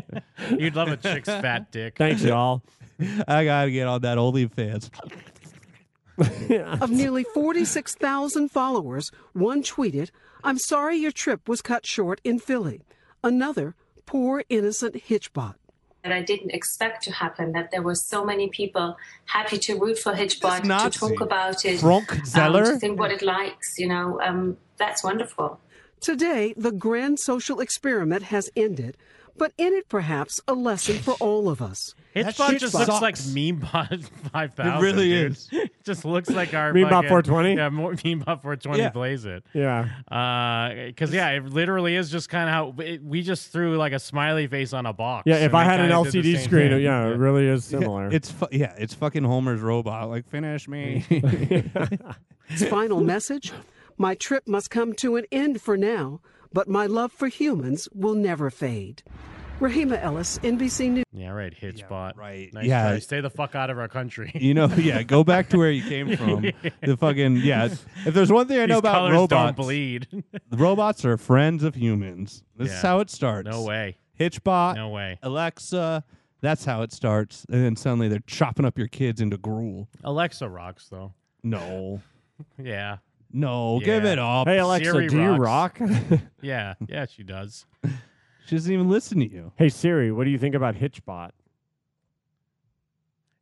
E: dick. You'd love a chick's fat dick.
C: Thanks, y'all.
D: I gotta get on that OnlyFans.
Q: Of nearly 46,000 followers, one tweeted, I'm sorry your trip was cut short in Philly. Another, poor innocent Hitchbot.
U: that I didn't expect to happen, that there were so many people happy to root for Hitchbot, to
Q: Nazi.
U: talk about it,
Q: Frank
U: um,
Q: Zeller?
U: to think what it likes, you know, um, that's wonderful.
Q: Today, the grand social experiment has ended, but in it perhaps a lesson for all of us.
E: Hitchbot just looks like Meanbot 5000.
D: really
E: dude.
D: is.
E: It just looks like our
C: Meanbot
E: fucking-
C: 420?
E: Yeah, more, Meanbot 420
C: Yeah.
E: plays it.
C: Yeah.
E: Because, yeah, it literally is just kind of how it, we just threw like a smiley face on a box.
C: Yeah, if
E: and
C: I
E: it
C: had an
E: kinda did the
C: LCD
E: same
C: screen,
E: thing.
C: yeah, it really is similar.
D: It's fu- yeah, it's fucking Homer's robot. Like finish me.
Q: His final message My trip must come to an end for now, but my love for humans will never fade. Rahima Ellis, NBC News.
E: Yeah, right. Hitchbot. right. Nice
D: Yeah.
E: try. Stay the fuck out of our country.
D: you know, yeah. Go back to where you came from. The fucking yeah. If there's one thing I know
E: These
D: about
E: colors
D: robots,
E: don't bleed.
D: the robots are friends of humans. This is
E: Yeah.
D: how it starts.
E: No way.
D: Hitchbot.
E: No way.
D: Alexa. That's how it starts, and then suddenly they're chopping up your kids into gruel.
E: Alexa rocks, though.
D: No,
E: Yeah.
D: no, give
E: Yeah.
D: it up.
C: Hey Alexa,
E: Siri
C: do you
E: rocks.
C: rock?
E: Yeah. Yeah, she does.
D: She doesn't even listen to you.
C: hey Siri, what do you think about Hitchbot?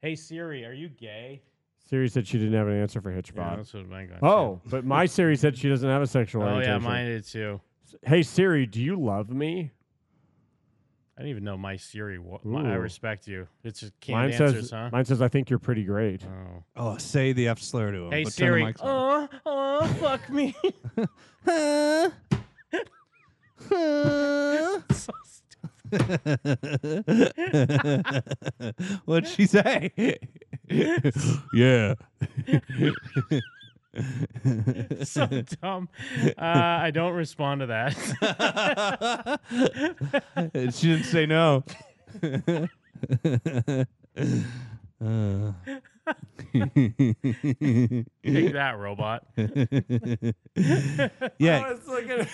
E: Hey, Siri, are you gay?
C: Siri said she didn't have an answer for
E: Yeah,
C: Hitchbot.
E: that's what my guy
C: oh, but my Siri said she doesn't have a sexual
E: said. Oh, yeah,
C: orientation.
E: mine did too.
C: Hey Siri, do you love me?
E: I don't even know my Siri. wa- my- I
C: Ooh.
E: respect you. It's just
C: mine
E: canned answers,
C: says,
E: huh?
C: mine says, I think you're pretty great.
E: Oh.
D: Oh, say the F slur to him.
E: Hey
D: but turn the
E: Siri.
D: mics off.
E: Oh, oh, fuck me. Uh. So stupid.
D: What'd she say? yeah.
E: so dumb. Uh, I don't respond to that.
D: she didn't say no. Uh.
E: Take that, robot.
D: yeah,
C: was looking,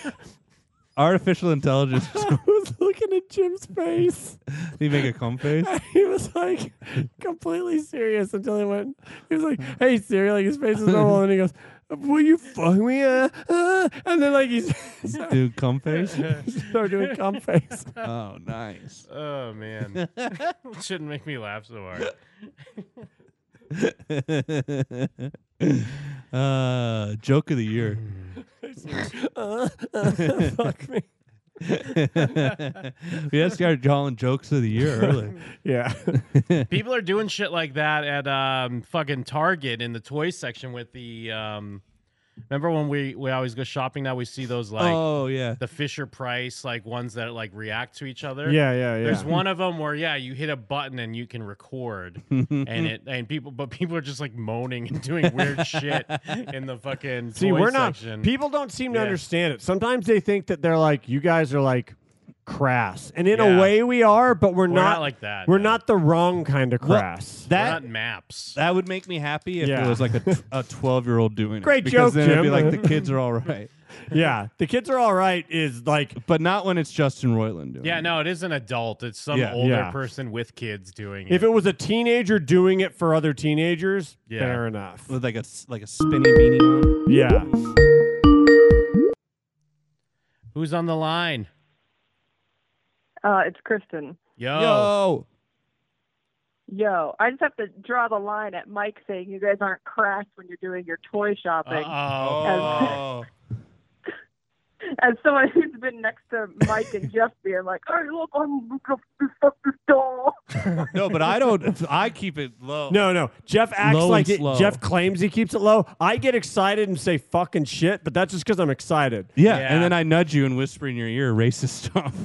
D: artificial intelligence.
C: I was looking at Jim's face.
D: you make a cum face.
C: He was like completely serious until he went. He was like, "Hey Siri," like his face is normal, and he goes, "Will you fuck me?" Uh, uh," and then like he's
D: Dude, cum face.
C: start doing cum face.
D: oh, nice.
E: Oh man, shouldn't make me laugh so hard.
D: uh, joke of the year.
C: Uh, uh, fuck me.
D: we had to start calling jokes of the year early.
C: Yeah.
E: People are doing shit like that at um, fucking Target in the toy section with the. Um, remember when we we always go shopping? Now we see those like
D: oh yeah.
E: the Fisher Price like ones that like react to each other.
C: Yeah, yeah, yeah.
E: There's one of them where yeah, you hit a button and you can record, and it and people but people are just like moaning and doing weird shit in the fucking
C: See,
E: toy
C: we're not.
E: section.
C: People don't seem to
E: Yeah.
C: understand it. Sometimes they think that they're like, you guys are like crass, and in
E: Yeah.
C: a way we are, but we're,
E: We're not like that,
C: We're
E: no.
C: not the wrong kind of
D: Well,
C: crass.
E: We're
D: that
E: not maps.
D: that would make me happy if
C: Yeah.
D: it was like a a twelve year old doing it.
C: Great
D: because
C: joke,
D: then it'd be
C: Jim.
D: like the kids are all right,
C: yeah, the kids are all right. Is like
D: but not when it's Justin Roiland doing.
E: yeah,
D: it.
E: no, it is an adult. It's some
D: Yeah.
E: older
C: Yeah.
E: person with kids doing it.
C: if it was a teenager doing it for other teenagers,
E: Yeah.
C: fair enough.
D: with like a s- like a spinny beanie on.
C: Yeah.
E: Who's on the line?
V: Uh, it's Kristen.
E: Yo.
D: Yo,
V: Yo, I just have to draw the line at Mike saying you guys
E: Uh-huh.
C: Oh.
V: aren't crass when you're doing your toy shopping.
E: Uh-oh.
V: as someone who's been next to Mike and Jeff being like, "Hey, look, I'm gonna fuck this doll."
D: no, but I don't. I keep it low.
C: No, no. Jeff acts
D: Low and
C: like it,
D: slow.
C: Jeff claims he keeps it low. I get excited and say fucking shit, but that's just because I'm excited.
D: Yeah, and then I nudge you and whisper in your ear racist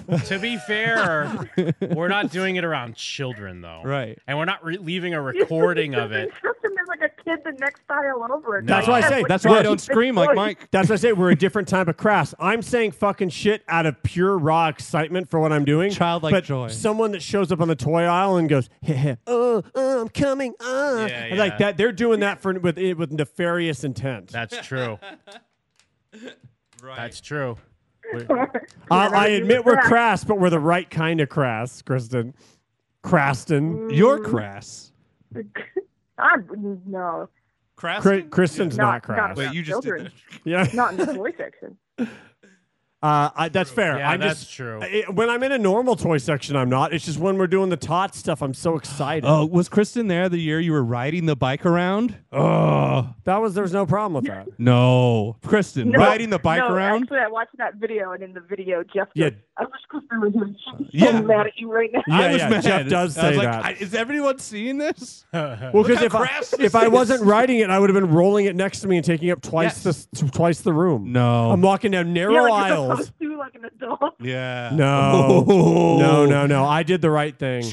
D: stuff.
E: to be fair, we're not doing it around children though,
D: Right.
E: And we're not re- leaving a recording of it.
V: Trust him as like a kid the next style over again.
C: That's why I say.
D: That's why I
C: we're-
D: don't scream like Mike.
C: That's why I say we're a different type of crass. I'm saying fucking shit out of pure raw excitement for what I'm doing,
D: Childlike
C: but
D: joy.
C: Someone that shows up on the toy aisle and goes, "Heh heh, "Oh, oh, I'm coming!" Uh,
E: Yeah,
C: and
E: yeah.
C: like that. They're doing that for with with nefarious intent.
E: That's true. That's true.
C: I, I admit we're
V: cracked.
C: crass, but we're the right kind of crass, Kristen. Kraston.
D: You're
V: Mm.
D: crass.
V: I'm no,
D: Crass.
C: Cri- Kristen's not,
V: not
C: crass.
D: Wait, you just did
V: children.
C: yeah,
V: not in the toy section.
C: uh, I, that's fair.
E: Yeah,
C: I'm
E: that's
C: just,
E: true.
C: I- when I'm in a normal toy section, I'm not. It's just when we're doing the tot stuff, I'm so excited.
D: Oh, was Kristen there the year you were riding the bike around? Oh
C: That was there's no problem with that.
D: no, Kristen,
V: No,
D: riding the bike
V: no,
D: around.
V: Actually, I watched that video, and in the video, Jeff.
C: Yeah.
V: Goes, I wish Kristen was here. She's so
D: Yeah.
V: mad at you right now.
C: Yeah,
D: I was
C: yeah,
D: mad.
C: Jeff does
D: I was
C: say
D: like,
C: that.
D: I- is everyone seeing this?
C: Well,
D: Look
C: because
D: how
C: if I,
D: crass this
C: if I
D: is.
C: wasn't writing it, I would have been rolling it next to me and taking up twice
D: Yes.
C: the twice the room.
D: No.
C: I'm walking down narrow
V: You're like, you're
C: aisles.
V: supposed to, like an adult.
D: yeah.
C: No,
D: Oh.
C: no, no, no. I did the right thing.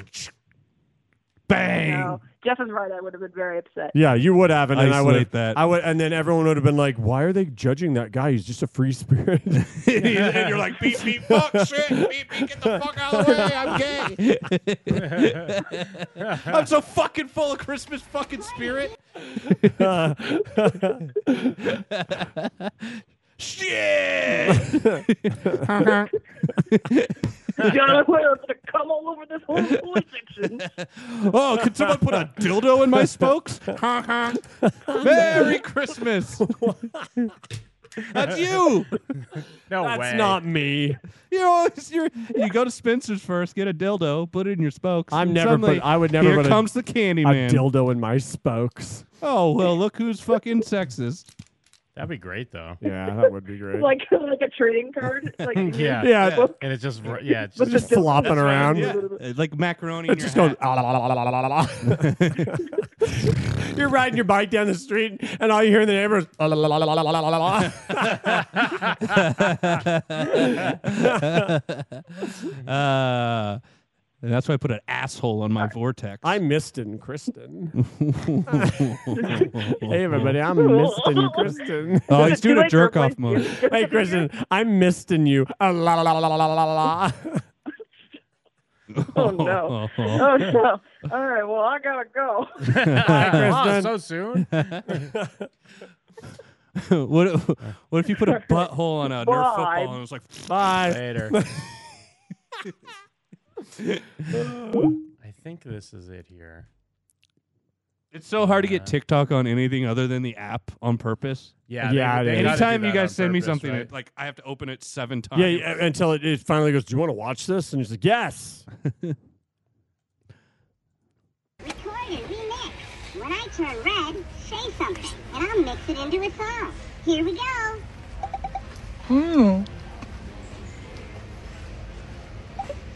D: Bang.
V: No, Jeff is right. I would have been very upset.
C: Yeah, you would have, and then I would have.
D: Isolate that.
C: I would, and then everyone would have been like, "Why are they judging that guy? He's just a free spirit."
D: and you're like, beep, beep, fuck, shit, beep, beep, get the fuck out of the way, I'm gay. I'm so fucking full of Christmas fucking spirit. shit!
V: John Whale's gonna come all over this whole toy section.
D: Oh, could someone put a dildo in my spokes? Merry Christmas! That's you.
E: No
C: That's
E: way.
C: not me.
D: You always you're, you go to Spencer's first, get a dildo, put it in your spokes.
C: I'm
D: and
C: never put-
D: suddenly,
C: I would never
D: Here
C: put a-
D: comes the candy man.
C: A dildo in my spokes.
D: Oh well, look who's fucking sexist.
E: That'd be great though.
C: Yeah, that would be great.
V: like like a trading card. Like you
E: Yeah.
C: yeah,
D: Yeah.
E: And it's just yeah, it's
C: it's
E: just
C: just flopping around.
D: Uh, like macaroni.
C: It's just going. "Ah, la, la, la, la, la, la, la." You're riding your bike down the street, and all you hear in the neighbors. "Ah, la, la, la, la, la, la, la, la."
D: uh, and that's why I put an asshole on my vortex.
C: I missed in Kristen. hey everybody, I'm misting Kristen.
D: oh, he's doing
V: Do
D: a
V: it
D: jerk
V: for
D: off
V: voice
D: mode.
V: cue.
C: hey Kristen, I'm misting you. Ah, la, la, la, la, la, la, la.
V: Oh no. Oh no. All right. Well, I gotta go.
E: oh, so
C: Kristen.
E: soon.
D: what if, what if you put a butthole on a Nerf
V: Why?
D: football and it was like,
C: Bye.
E: Later. I think this is it here.
D: it's so hard to get TikTok on anything other than the app on purpose.
E: Yeah,
C: Yeah, it is.
E: gotta do
D: Anytime you
E: that on
D: guys send me
E: purpose,
D: something,
E: right?
D: it- like I have to open it seven times.
C: Yeah, yeah, until it, it finally goes. Do you want to watch this? And he's like, Yes.
R: Recorder, remix. When I turn red, say something, and I'll mix it into a song. Here we go.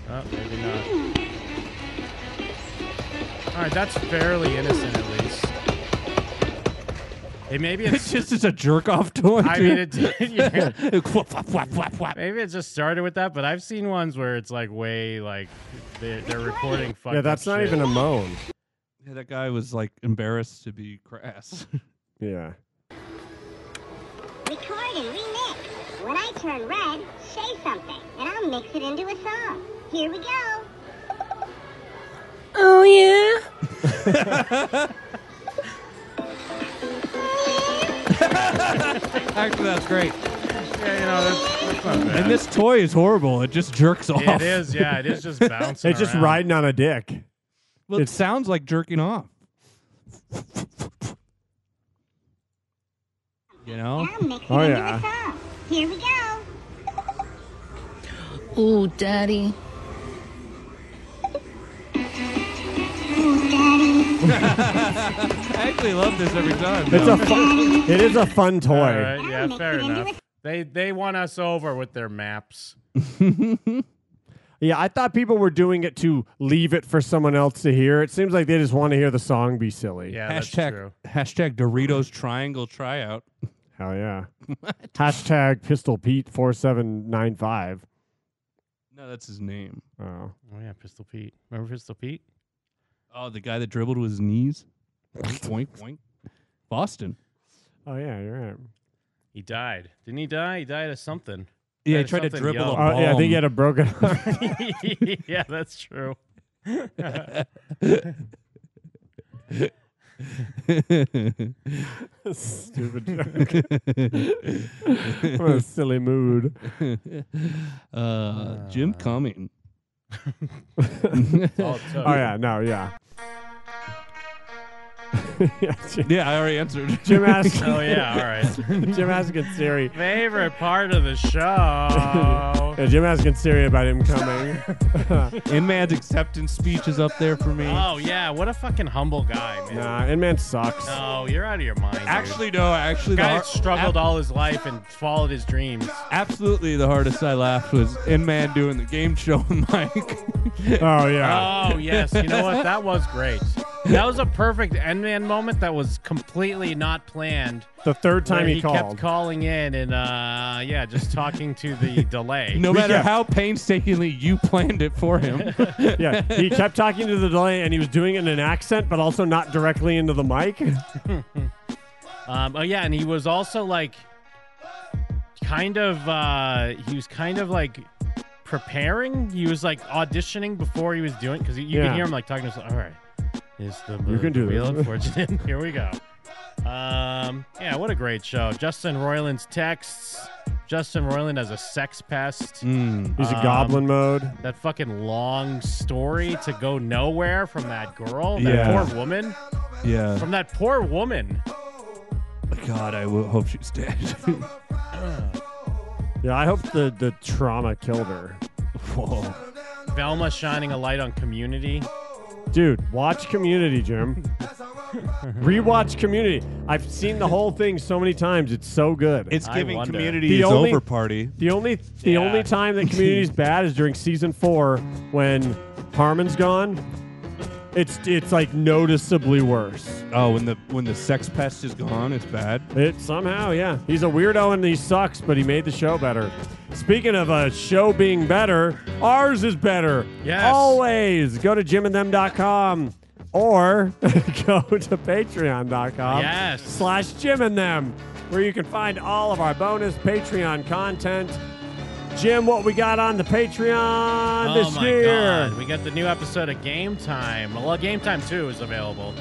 E: Oh, maybe not. All right, that's fairly innocent at least. Hey, maybe
D: it's
E: it's.
D: just it's a jerk off toy.
E: I mean, it did. yeah.
D: dude. Whap, whap, whap, whap, whap.
E: Maybe it just started with that, but I've seen ones where it's like way like they're, they're recording. Fucked
C: yeah,
E: up
C: that's not
E: shit.
C: even a moan.
D: Yeah, that guy was like embarrassed to be crass.
C: Yeah.
R: Recorder, remix. When I turn red, say something, and I'll mix it into a song. Here we go.
M: Oh, yeah.
D: Actually, that's great.
E: Yeah, you know, that's, that's not bad.
D: And this toy is horrible. It just jerks off.
E: it is. Yeah, it is just bouncing.
C: It's just
E: around.
C: riding on a dick.
D: Well, it
C: It's-
D: sounds like jerking off. You know?
R: And I'll mix it
C: Oh,
R: into
C: yeah.
R: a song. Here we go.
M: Ooh, daddy.
D: I actually love this every time.
C: It's a fun, it is a fun toy.
E: All right,
R: I'll
E: yeah,
R: mix
E: fair
R: it into
E: enough.
R: a-
E: They they want us over with their maps.
C: Yeah, I thought people were doing it to leave it for someone else to hear. It seems like they just want to hear the song be silly.
E: Yeah, that's
D: Hashtag,
E: true.
D: hashtag Doritos Triangle Tryout.
C: Hell yeah. Hashtag Pistol Pete four seven nine five.
D: No, that's his name.
C: Oh.
E: Oh yeah, Pistol Pete. Remember Pistol Pete?
D: Oh, the guy that dribbled with his knees? boink, boink. Boston.
C: Oh yeah, you're right.
E: He died. Didn't he die? He died of something.
D: Yeah,
E: Died
D: he
E: of
D: tried to
E: something
D: dribble
E: yellow.
D: a
C: Oh yeah, I think he had a broken arm.
E: yeah, that's true.
C: Stupid joke. what a silly mood.
D: uh, Jim Cumming.
E: Oh, so-
C: Oh yeah, no, yeah. yeah Jim,
D: yeah, I already answered.
C: Jim Askins.
E: Oh yeah, all right.
C: Jim Askins Siri.
E: Favorite part of the show.
C: Yeah, Jim Askins Siri about him coming.
D: Inman's acceptance speech is up there for me.
E: Oh yeah, what a fucking humble guy, man.
C: nah, Inman sucks.
E: No, you're out of your mind. dude.
D: Actually, no. Actually, the
E: guy
D: har-
E: that struggled all his life and followed his dreams.
D: absolutely the hardest I laughed was Inman doing the game show, Mike.
C: Oh yeah.
E: Oh yes, you know what? That was great. That was a perfect Endman moment. That was completely not planned.
C: the third time
E: where
C: he,
E: Oh. he
C: called.
E: kept calling in and uh, yeah, just talking to the delay.
D: no
C: We
D: matter
C: kept-
D: how painstakingly you planned it for him.
C: yeah, he kept talking to the delay, and he was doing it in an accent, but also not directly into the mic.
E: Um, oh yeah, and he was also like kind of uh, he was kind of like preparing. He was like auditioning before he was doing because you
C: Yeah.
E: can hear him like talking to himself. All right, is the
C: You can
E: the
C: do
E: wheel
C: this."
E: unfortunate? Here we go. Um, yeah, what a great show. Justin Roiland's texts. Justin Roiland as a sex pest.
C: Mm.
D: Hmm,
C: He's a
E: Um,
C: goblin mode.
E: That fucking long story to go nowhere from that girl, that
D: Yeah.
E: poor woman,
D: yeah.
E: from that poor woman.
D: God, I will hope she's dead.
C: Yeah, I hope the the trauma killed her.
D: Whoa.
E: Velma shining a light on community.
C: Dude, watch Community, Jim. Rewatch Community. I've seen the whole thing so many times. It's so good.
D: It's
E: I
D: giving
E: wonder.
D: community
C: The
D: is
C: only-
D: over party.
C: the only the
E: Yeah.
C: only time that Community's bad is during season four when Harmon's gone. It's it's like noticeably worse.
D: Oh, when the when the sex pest is gone, it's bad.
C: It somehow, yeah. He's a weirdo and he sucks, but he made the show better. Speaking of a show being better, ours is better.
E: Yes.
C: Always go to jimandthem.com or go to patreon.com
E: Yes.
C: slash Jim and them, where you can find all of our bonus Patreon content. Jim, what we got on the Patreon
E: oh
C: this
E: my
C: year?
E: god, we got the new episode of Game Time. Well, Game Time 2 is available.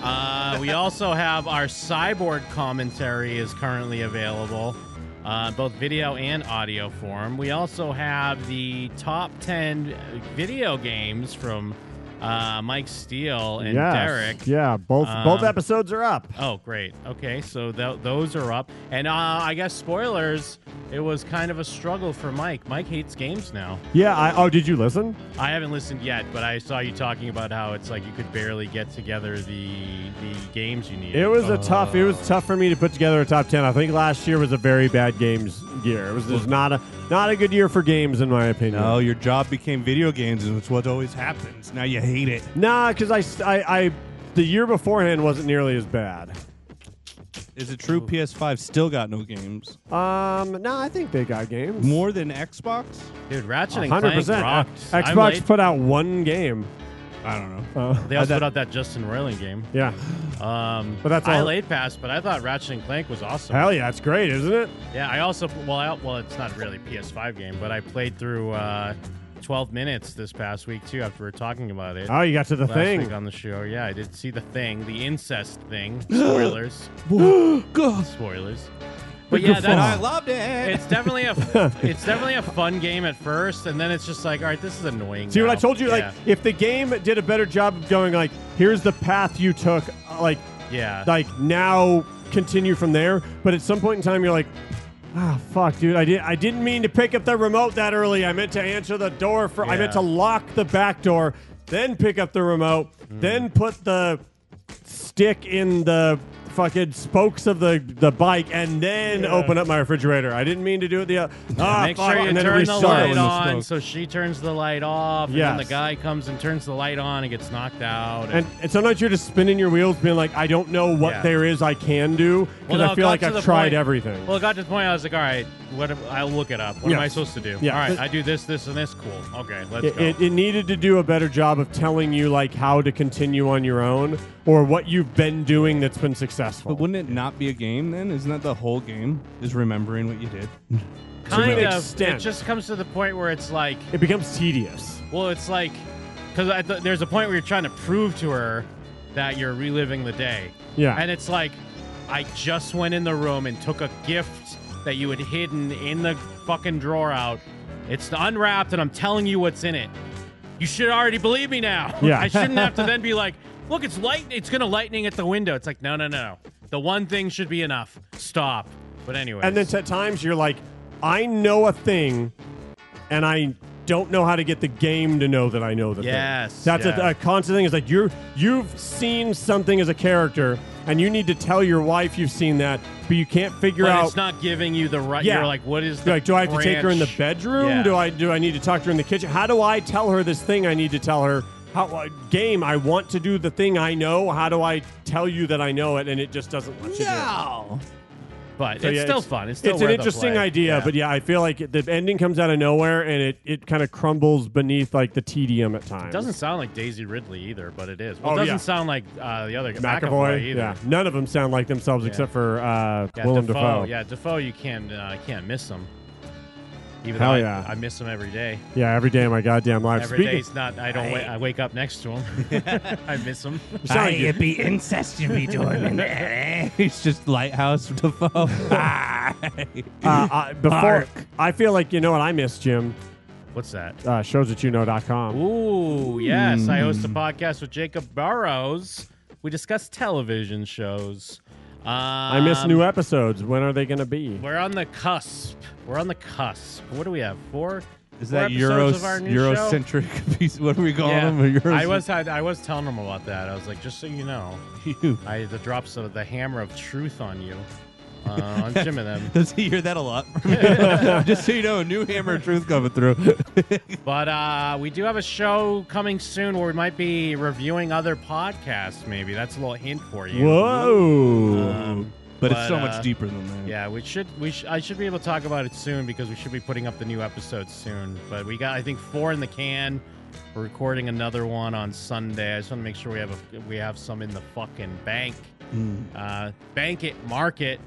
E: Uh, we also have our Cyborg commentary is currently available, uh, both video and audio form. We also have the top 10 video games from uh, Mike Steele and
C: Yes.
E: Derek.
C: Yeah, both both
E: Um,
C: episodes are up.
E: Oh, great. Okay, so th- those are up. And uh, I guess spoilers, it was kind of a struggle for Mike. Mike hates games now.
C: Yeah, I, oh, did you listen?
E: I haven't listened yet, but I saw you talking about how it's like you could barely get together the the games you needed. Uh,
C: It was a tough.
E: Oh.
C: It was tough for me to put together a top ten. I think last year was a very bad games year. It was just not a not a good year for games, in my opinion.
D: No, your job became video games, and it's what always happens. Now you hate it.
C: nah, because I, s- I- I- the year beforehand wasn't nearly as bad.
D: Is it true? PS5 still got no games
C: Um, no, I think they got games.
D: more than Xbox?
E: Dude, Ratchet and
C: hundred
E: Clank
C: percent.
E: rocked. I'm
C: Xbox
E: late.
C: put out one game.
D: I don't know.
C: Uh,
E: they also put out that Justin Roiland game.
C: yeah,
E: Um,
C: But that's
E: I
C: all-
E: late passed, but I thought Ratchet and Clank was awesome.
C: hell yeah, it's great, isn't it?
E: Yeah, I also well, I, well, it's not really PS5 game, but I played through uh, 12 minutes this past week too. After we were talking about it
C: Oh, you got to the
E: last week
C: thing.
E: on the show, yeah, I did see the thing, the incest thing. Spoilers,
D: God.
E: spoilers. But yeah,
D: And I
E: that's,
D: loved it.
E: it's definitely a it's definitely a fun game at first, and then it's just like, all right, this is annoying.
C: See what I
E: now.
C: told you?
E: Yeah.
C: Like, if the game did a better job of going, like, here's the path you took, uh, like,
E: yeah,
C: like now continue from there. But at some point in time, you're like, ah, fuck, dude, I did I didn't mean to pick up the remote that early. I meant to answer the door for. I meant to
E: Yeah.
C: lock the back door,
E: Hmm.
C: then pick up the remote, then put the stick in the fucking spokes of the, the bike and then open up my refrigerator. I didn't mean to do it the other. Ah,
E: Make
C: fuck,
E: sure you
C: and then
E: turn the
C: restarted
E: light
C: in the
E: on,
C: smoke.
E: so she turns the light off, and then the
C: Yes.
E: guy comes and turns the light on and gets knocked out.
C: And, and sometimes you're just spinning your wheels, being like, I don't know what
E: Yeah.
C: there is I can do because
E: no,
C: I
E: it
C: feel
E: got
C: like
E: to
C: I've
E: the
C: tried
E: point-
C: everything.
E: Well, it got to the point I was like, all right, what? If, I'll look it up. What am
C: Yeah.
E: I supposed to do?
C: Yeah.
E: All right, I do this, this, and this. Cool. Okay, let's
C: It,
E: go.
C: it, it needed to do a better job of telling you like how to continue on your own or what you've been doing that's been successful.
D: But wouldn't it not be a game then? Isn't that the whole game? Is remembering what you did?
E: kind
C: an
E: of.
C: extent.
E: It just comes to the point where it's like,
C: It becomes tedious.
E: well, it's like, because th- there's a point where you're trying to prove to her that you're reliving the day.
C: Yeah.
E: And it's like, I just went in the room and took a gift that you had hidden in the fucking drawer out. It's unwrapped, and I'm telling you what's in it. You should already believe me now.
C: Yeah.
E: I shouldn't have to then be like, look, it's light. It's gonna lightning at the window. It's like, no, no, no. The one thing should be enough. Stop. But anyway.
C: And then at times you're like, I know a thing, and I don't know how to get the game to know that I know the
E: Yes,
C: thing. That's
E: yeah.
C: a, a constant thing. Is like you're you've seen something as a character, and you need to tell your wife you've seen that, but you can't figure
E: but
C: out.
E: it's not giving you the right.
C: Yeah.
E: You're like, what is the
C: You're like, do I have to take her in the
E: branch?
C: bedroom?
E: Yeah.
C: Do I do I need to talk to her in the kitchen? How do I tell her this thing I need to tell her? How uh, game? I want to do the thing I know. How do I tell you that I know it? And it just doesn't let you do it.
E: But
C: So,
E: it's
C: yeah,
E: still fun. It's still
C: an
E: worth a
C: interesting
E: play.
C: idea,
E: Yeah.
C: but yeah, I feel like it- the ending comes out of nowhere and it, it kind of crumbles beneath like the tedium at times.
E: It doesn't sound like Daisy Ridley either, but it is. Well,
C: Oh,
E: it doesn't
C: yeah.
E: sound like uh, the other
C: McAvoy,
E: McAvoy, either.
C: yeah, none of them sound like themselves
E: Yeah.
C: except for uh,
E: Yeah,
C: Willem
E: Dafoe,
C: Dafoe.
E: Yeah, Defoe, you can't uh, can't miss him. Even
C: Hell
E: though
C: yeah.
E: I, I miss him every day.
C: Yeah, every day of my goddamn life.
E: Every
C: Speaking,
E: day's not. I don't. Wait, I wake up next to him. I miss him.
C: You sound like you-
D: it'd be incest you'd be doing in there. He's just Lighthouse Defoe.
C: uh, I, before
D: Bark.
C: I feel like you know what I miss, Jim.
E: What's that?
C: Uh, shows that you know.com.
E: Ooh, yes. I host a
C: Hmm.
E: podcast with Jacob Burrows. We discuss television shows. Um,
C: I miss new episodes. When are they going to be?
E: We're on the cusp. We're on the cusp. What do we have? Four.
D: Is
E: four
D: that Euro,
E: episodes of our new show?
D: Eurocentric piece? What are we calling
E: Yeah.
D: them? A Euros-
E: I was I, I was telling him about that. I was like, just so you know,
D: You.
E: I the drops of the hammer of truth on you. Uh, on Jim and them.
D: Does he hear that a lot? Just so you know, a new hammer of truth coming through.
E: But uh, we do have a show coming soon where we might be reviewing other podcasts. Maybe that's a little hint for you.
C: Whoa.
E: Um,
D: but, it's so
E: but, uh,
D: much deeper than that.
E: Yeah, we should. We sh- I should be able to talk about it soon because we should be putting up the new episodes soon. But we got, I think, four in the can. We're recording another one on Sunday. I just want to make sure we have a, we have some in the fucking bank.
D: Mm.
E: Uh, bank it, mark it,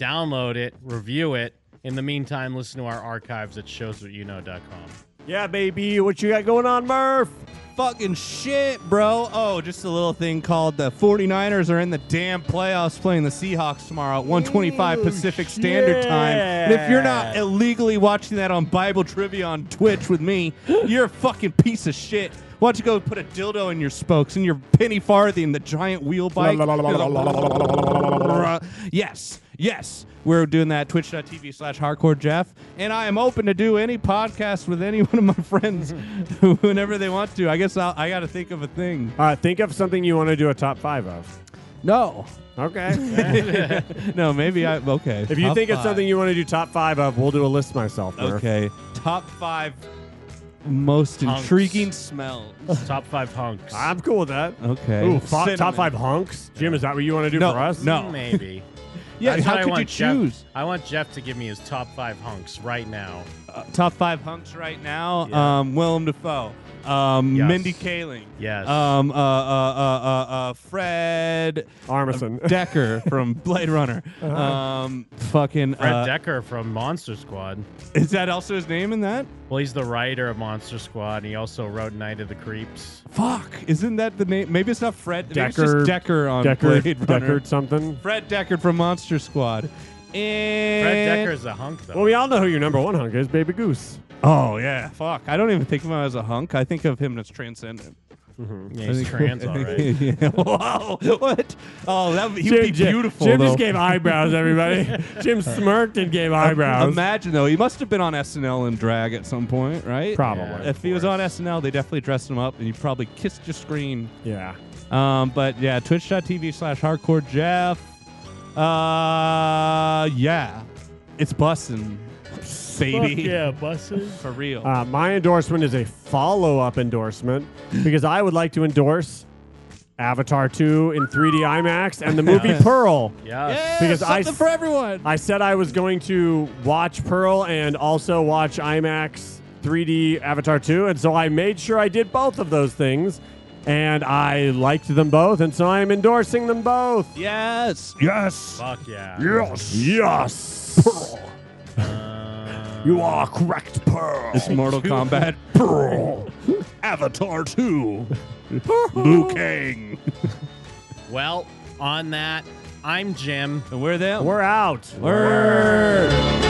E: download it, review it. In the meantime, listen to our archives at showswhatyouknow.com.
C: yeah, baby. What you got going on, Murph?
D: fucking shit, bro. Oh, just a little thing called the 49ers are in the damn playoffs playing the Seahawks tomorrow at 125 Pacific Standard Time. And if you're not illegally watching that on Bible Trivia on Twitch with me, you're a fucking piece of shit. Why don't you go put a dildo in your spokes and your penny farthing, the giant wheel bike? yes, yes. We're doing that at twitch.tv slash hardcore Jeff. And I am open to do any podcast with any one of my friends whenever they want to. I guess I'll, I got to think of a thing.
C: Uh, think of something you want to do a top five of.
D: No.
C: Okay.
D: no, maybe I. Okay.
C: If you
D: Top
C: think it's
D: five.
C: something you want to do top five of, we'll do a list myself. Murph.
D: Okay. Top five most
E: Hunks.
D: intriguing smells.
E: Top five hunks.
C: I'm cool with that.
D: Okay.
C: Ooh, fo-
D: Cinnamon.
C: top five hunks. Jim, is that what you want to do
D: No,
C: for us?
D: no.
E: Maybe.
D: Yeah,
E: That's what
D: how
E: I
D: could you
E: want Jeff-
D: choose?
E: I want Jeff to give me his top five hunks right now.
D: Uh, top five hunks right now.
E: Yeah.
D: Um, Willem Dafoe. Um,
E: Yes.
D: Mindy Kaling.
E: Yes.
D: Um, uh, uh, uh, uh, uh, Fred
C: Armisen.
D: Um, Decker from Blade Runner. Um, fucking.
E: Uh-huh. Fred
D: uh,
E: Decker from Monster Squad.
D: is that also his name in that?
E: Well, he's the writer of Monster Squad, and he also wrote Night of the Creeps.
D: Fuck. Isn't that the name? Maybe it's not Fred. Maybe it's
C: Decker-
D: just Decker on
C: Deckard,
D: Blade Runner.
C: Deckard something.
D: Fred Deckard from Monster Squad. And
E: Fred Decker's a hunk, though.
C: Eh. Well, we all know who your number one hunk is, Baby Goose.
D: Oh yeah, fuck! I don't even think of him as a hunk. I think of him as transcendent.
E: yeah, he's trans, all right.
D: Yeah. Wow, what? Oh, that he would be
C: Jim,
D: beautiful.
C: Jim
D: though.
C: just gave eyebrows, everybody. Jim smirked and gave eyebrows.
D: Imagine though, he must have been on SNL in drag at some point, right?
C: Probably.
E: Yeah.
D: If he was on SNL, they definitely dressed him up, and he probably kissed your screen.
C: yeah.
D: Um, but yeah, Twitch.tv/slash Hardcore Jeff. Uh, yeah, it's bussin', Sadie.
A: yeah, bussin'.
D: for real.
C: Uh, my endorsement is a follow up endorsement because I would like to endorse Avatar 2 in 3D IMAX and the movie
D: Yes.
C: Pearl.
D: Yes.
C: Because I
D: something
C: s-
D: for everyone.
C: I said I was going to watch Pearl and also watch IMAX 3D Avatar 2. And so I made sure I did both of those things. And I liked them both. And so I'm endorsing them both.
D: Yes. Yes.
E: Fuck yeah.
C: Yes. Pearl. you are correct, Pearl.
D: It's Mortal Kombat.
A: Pearl. Avatar 2. Liu Kang.
E: Well, on that, I'm Jim.
D: And we're there.
C: Uh, We're out.
D: Word.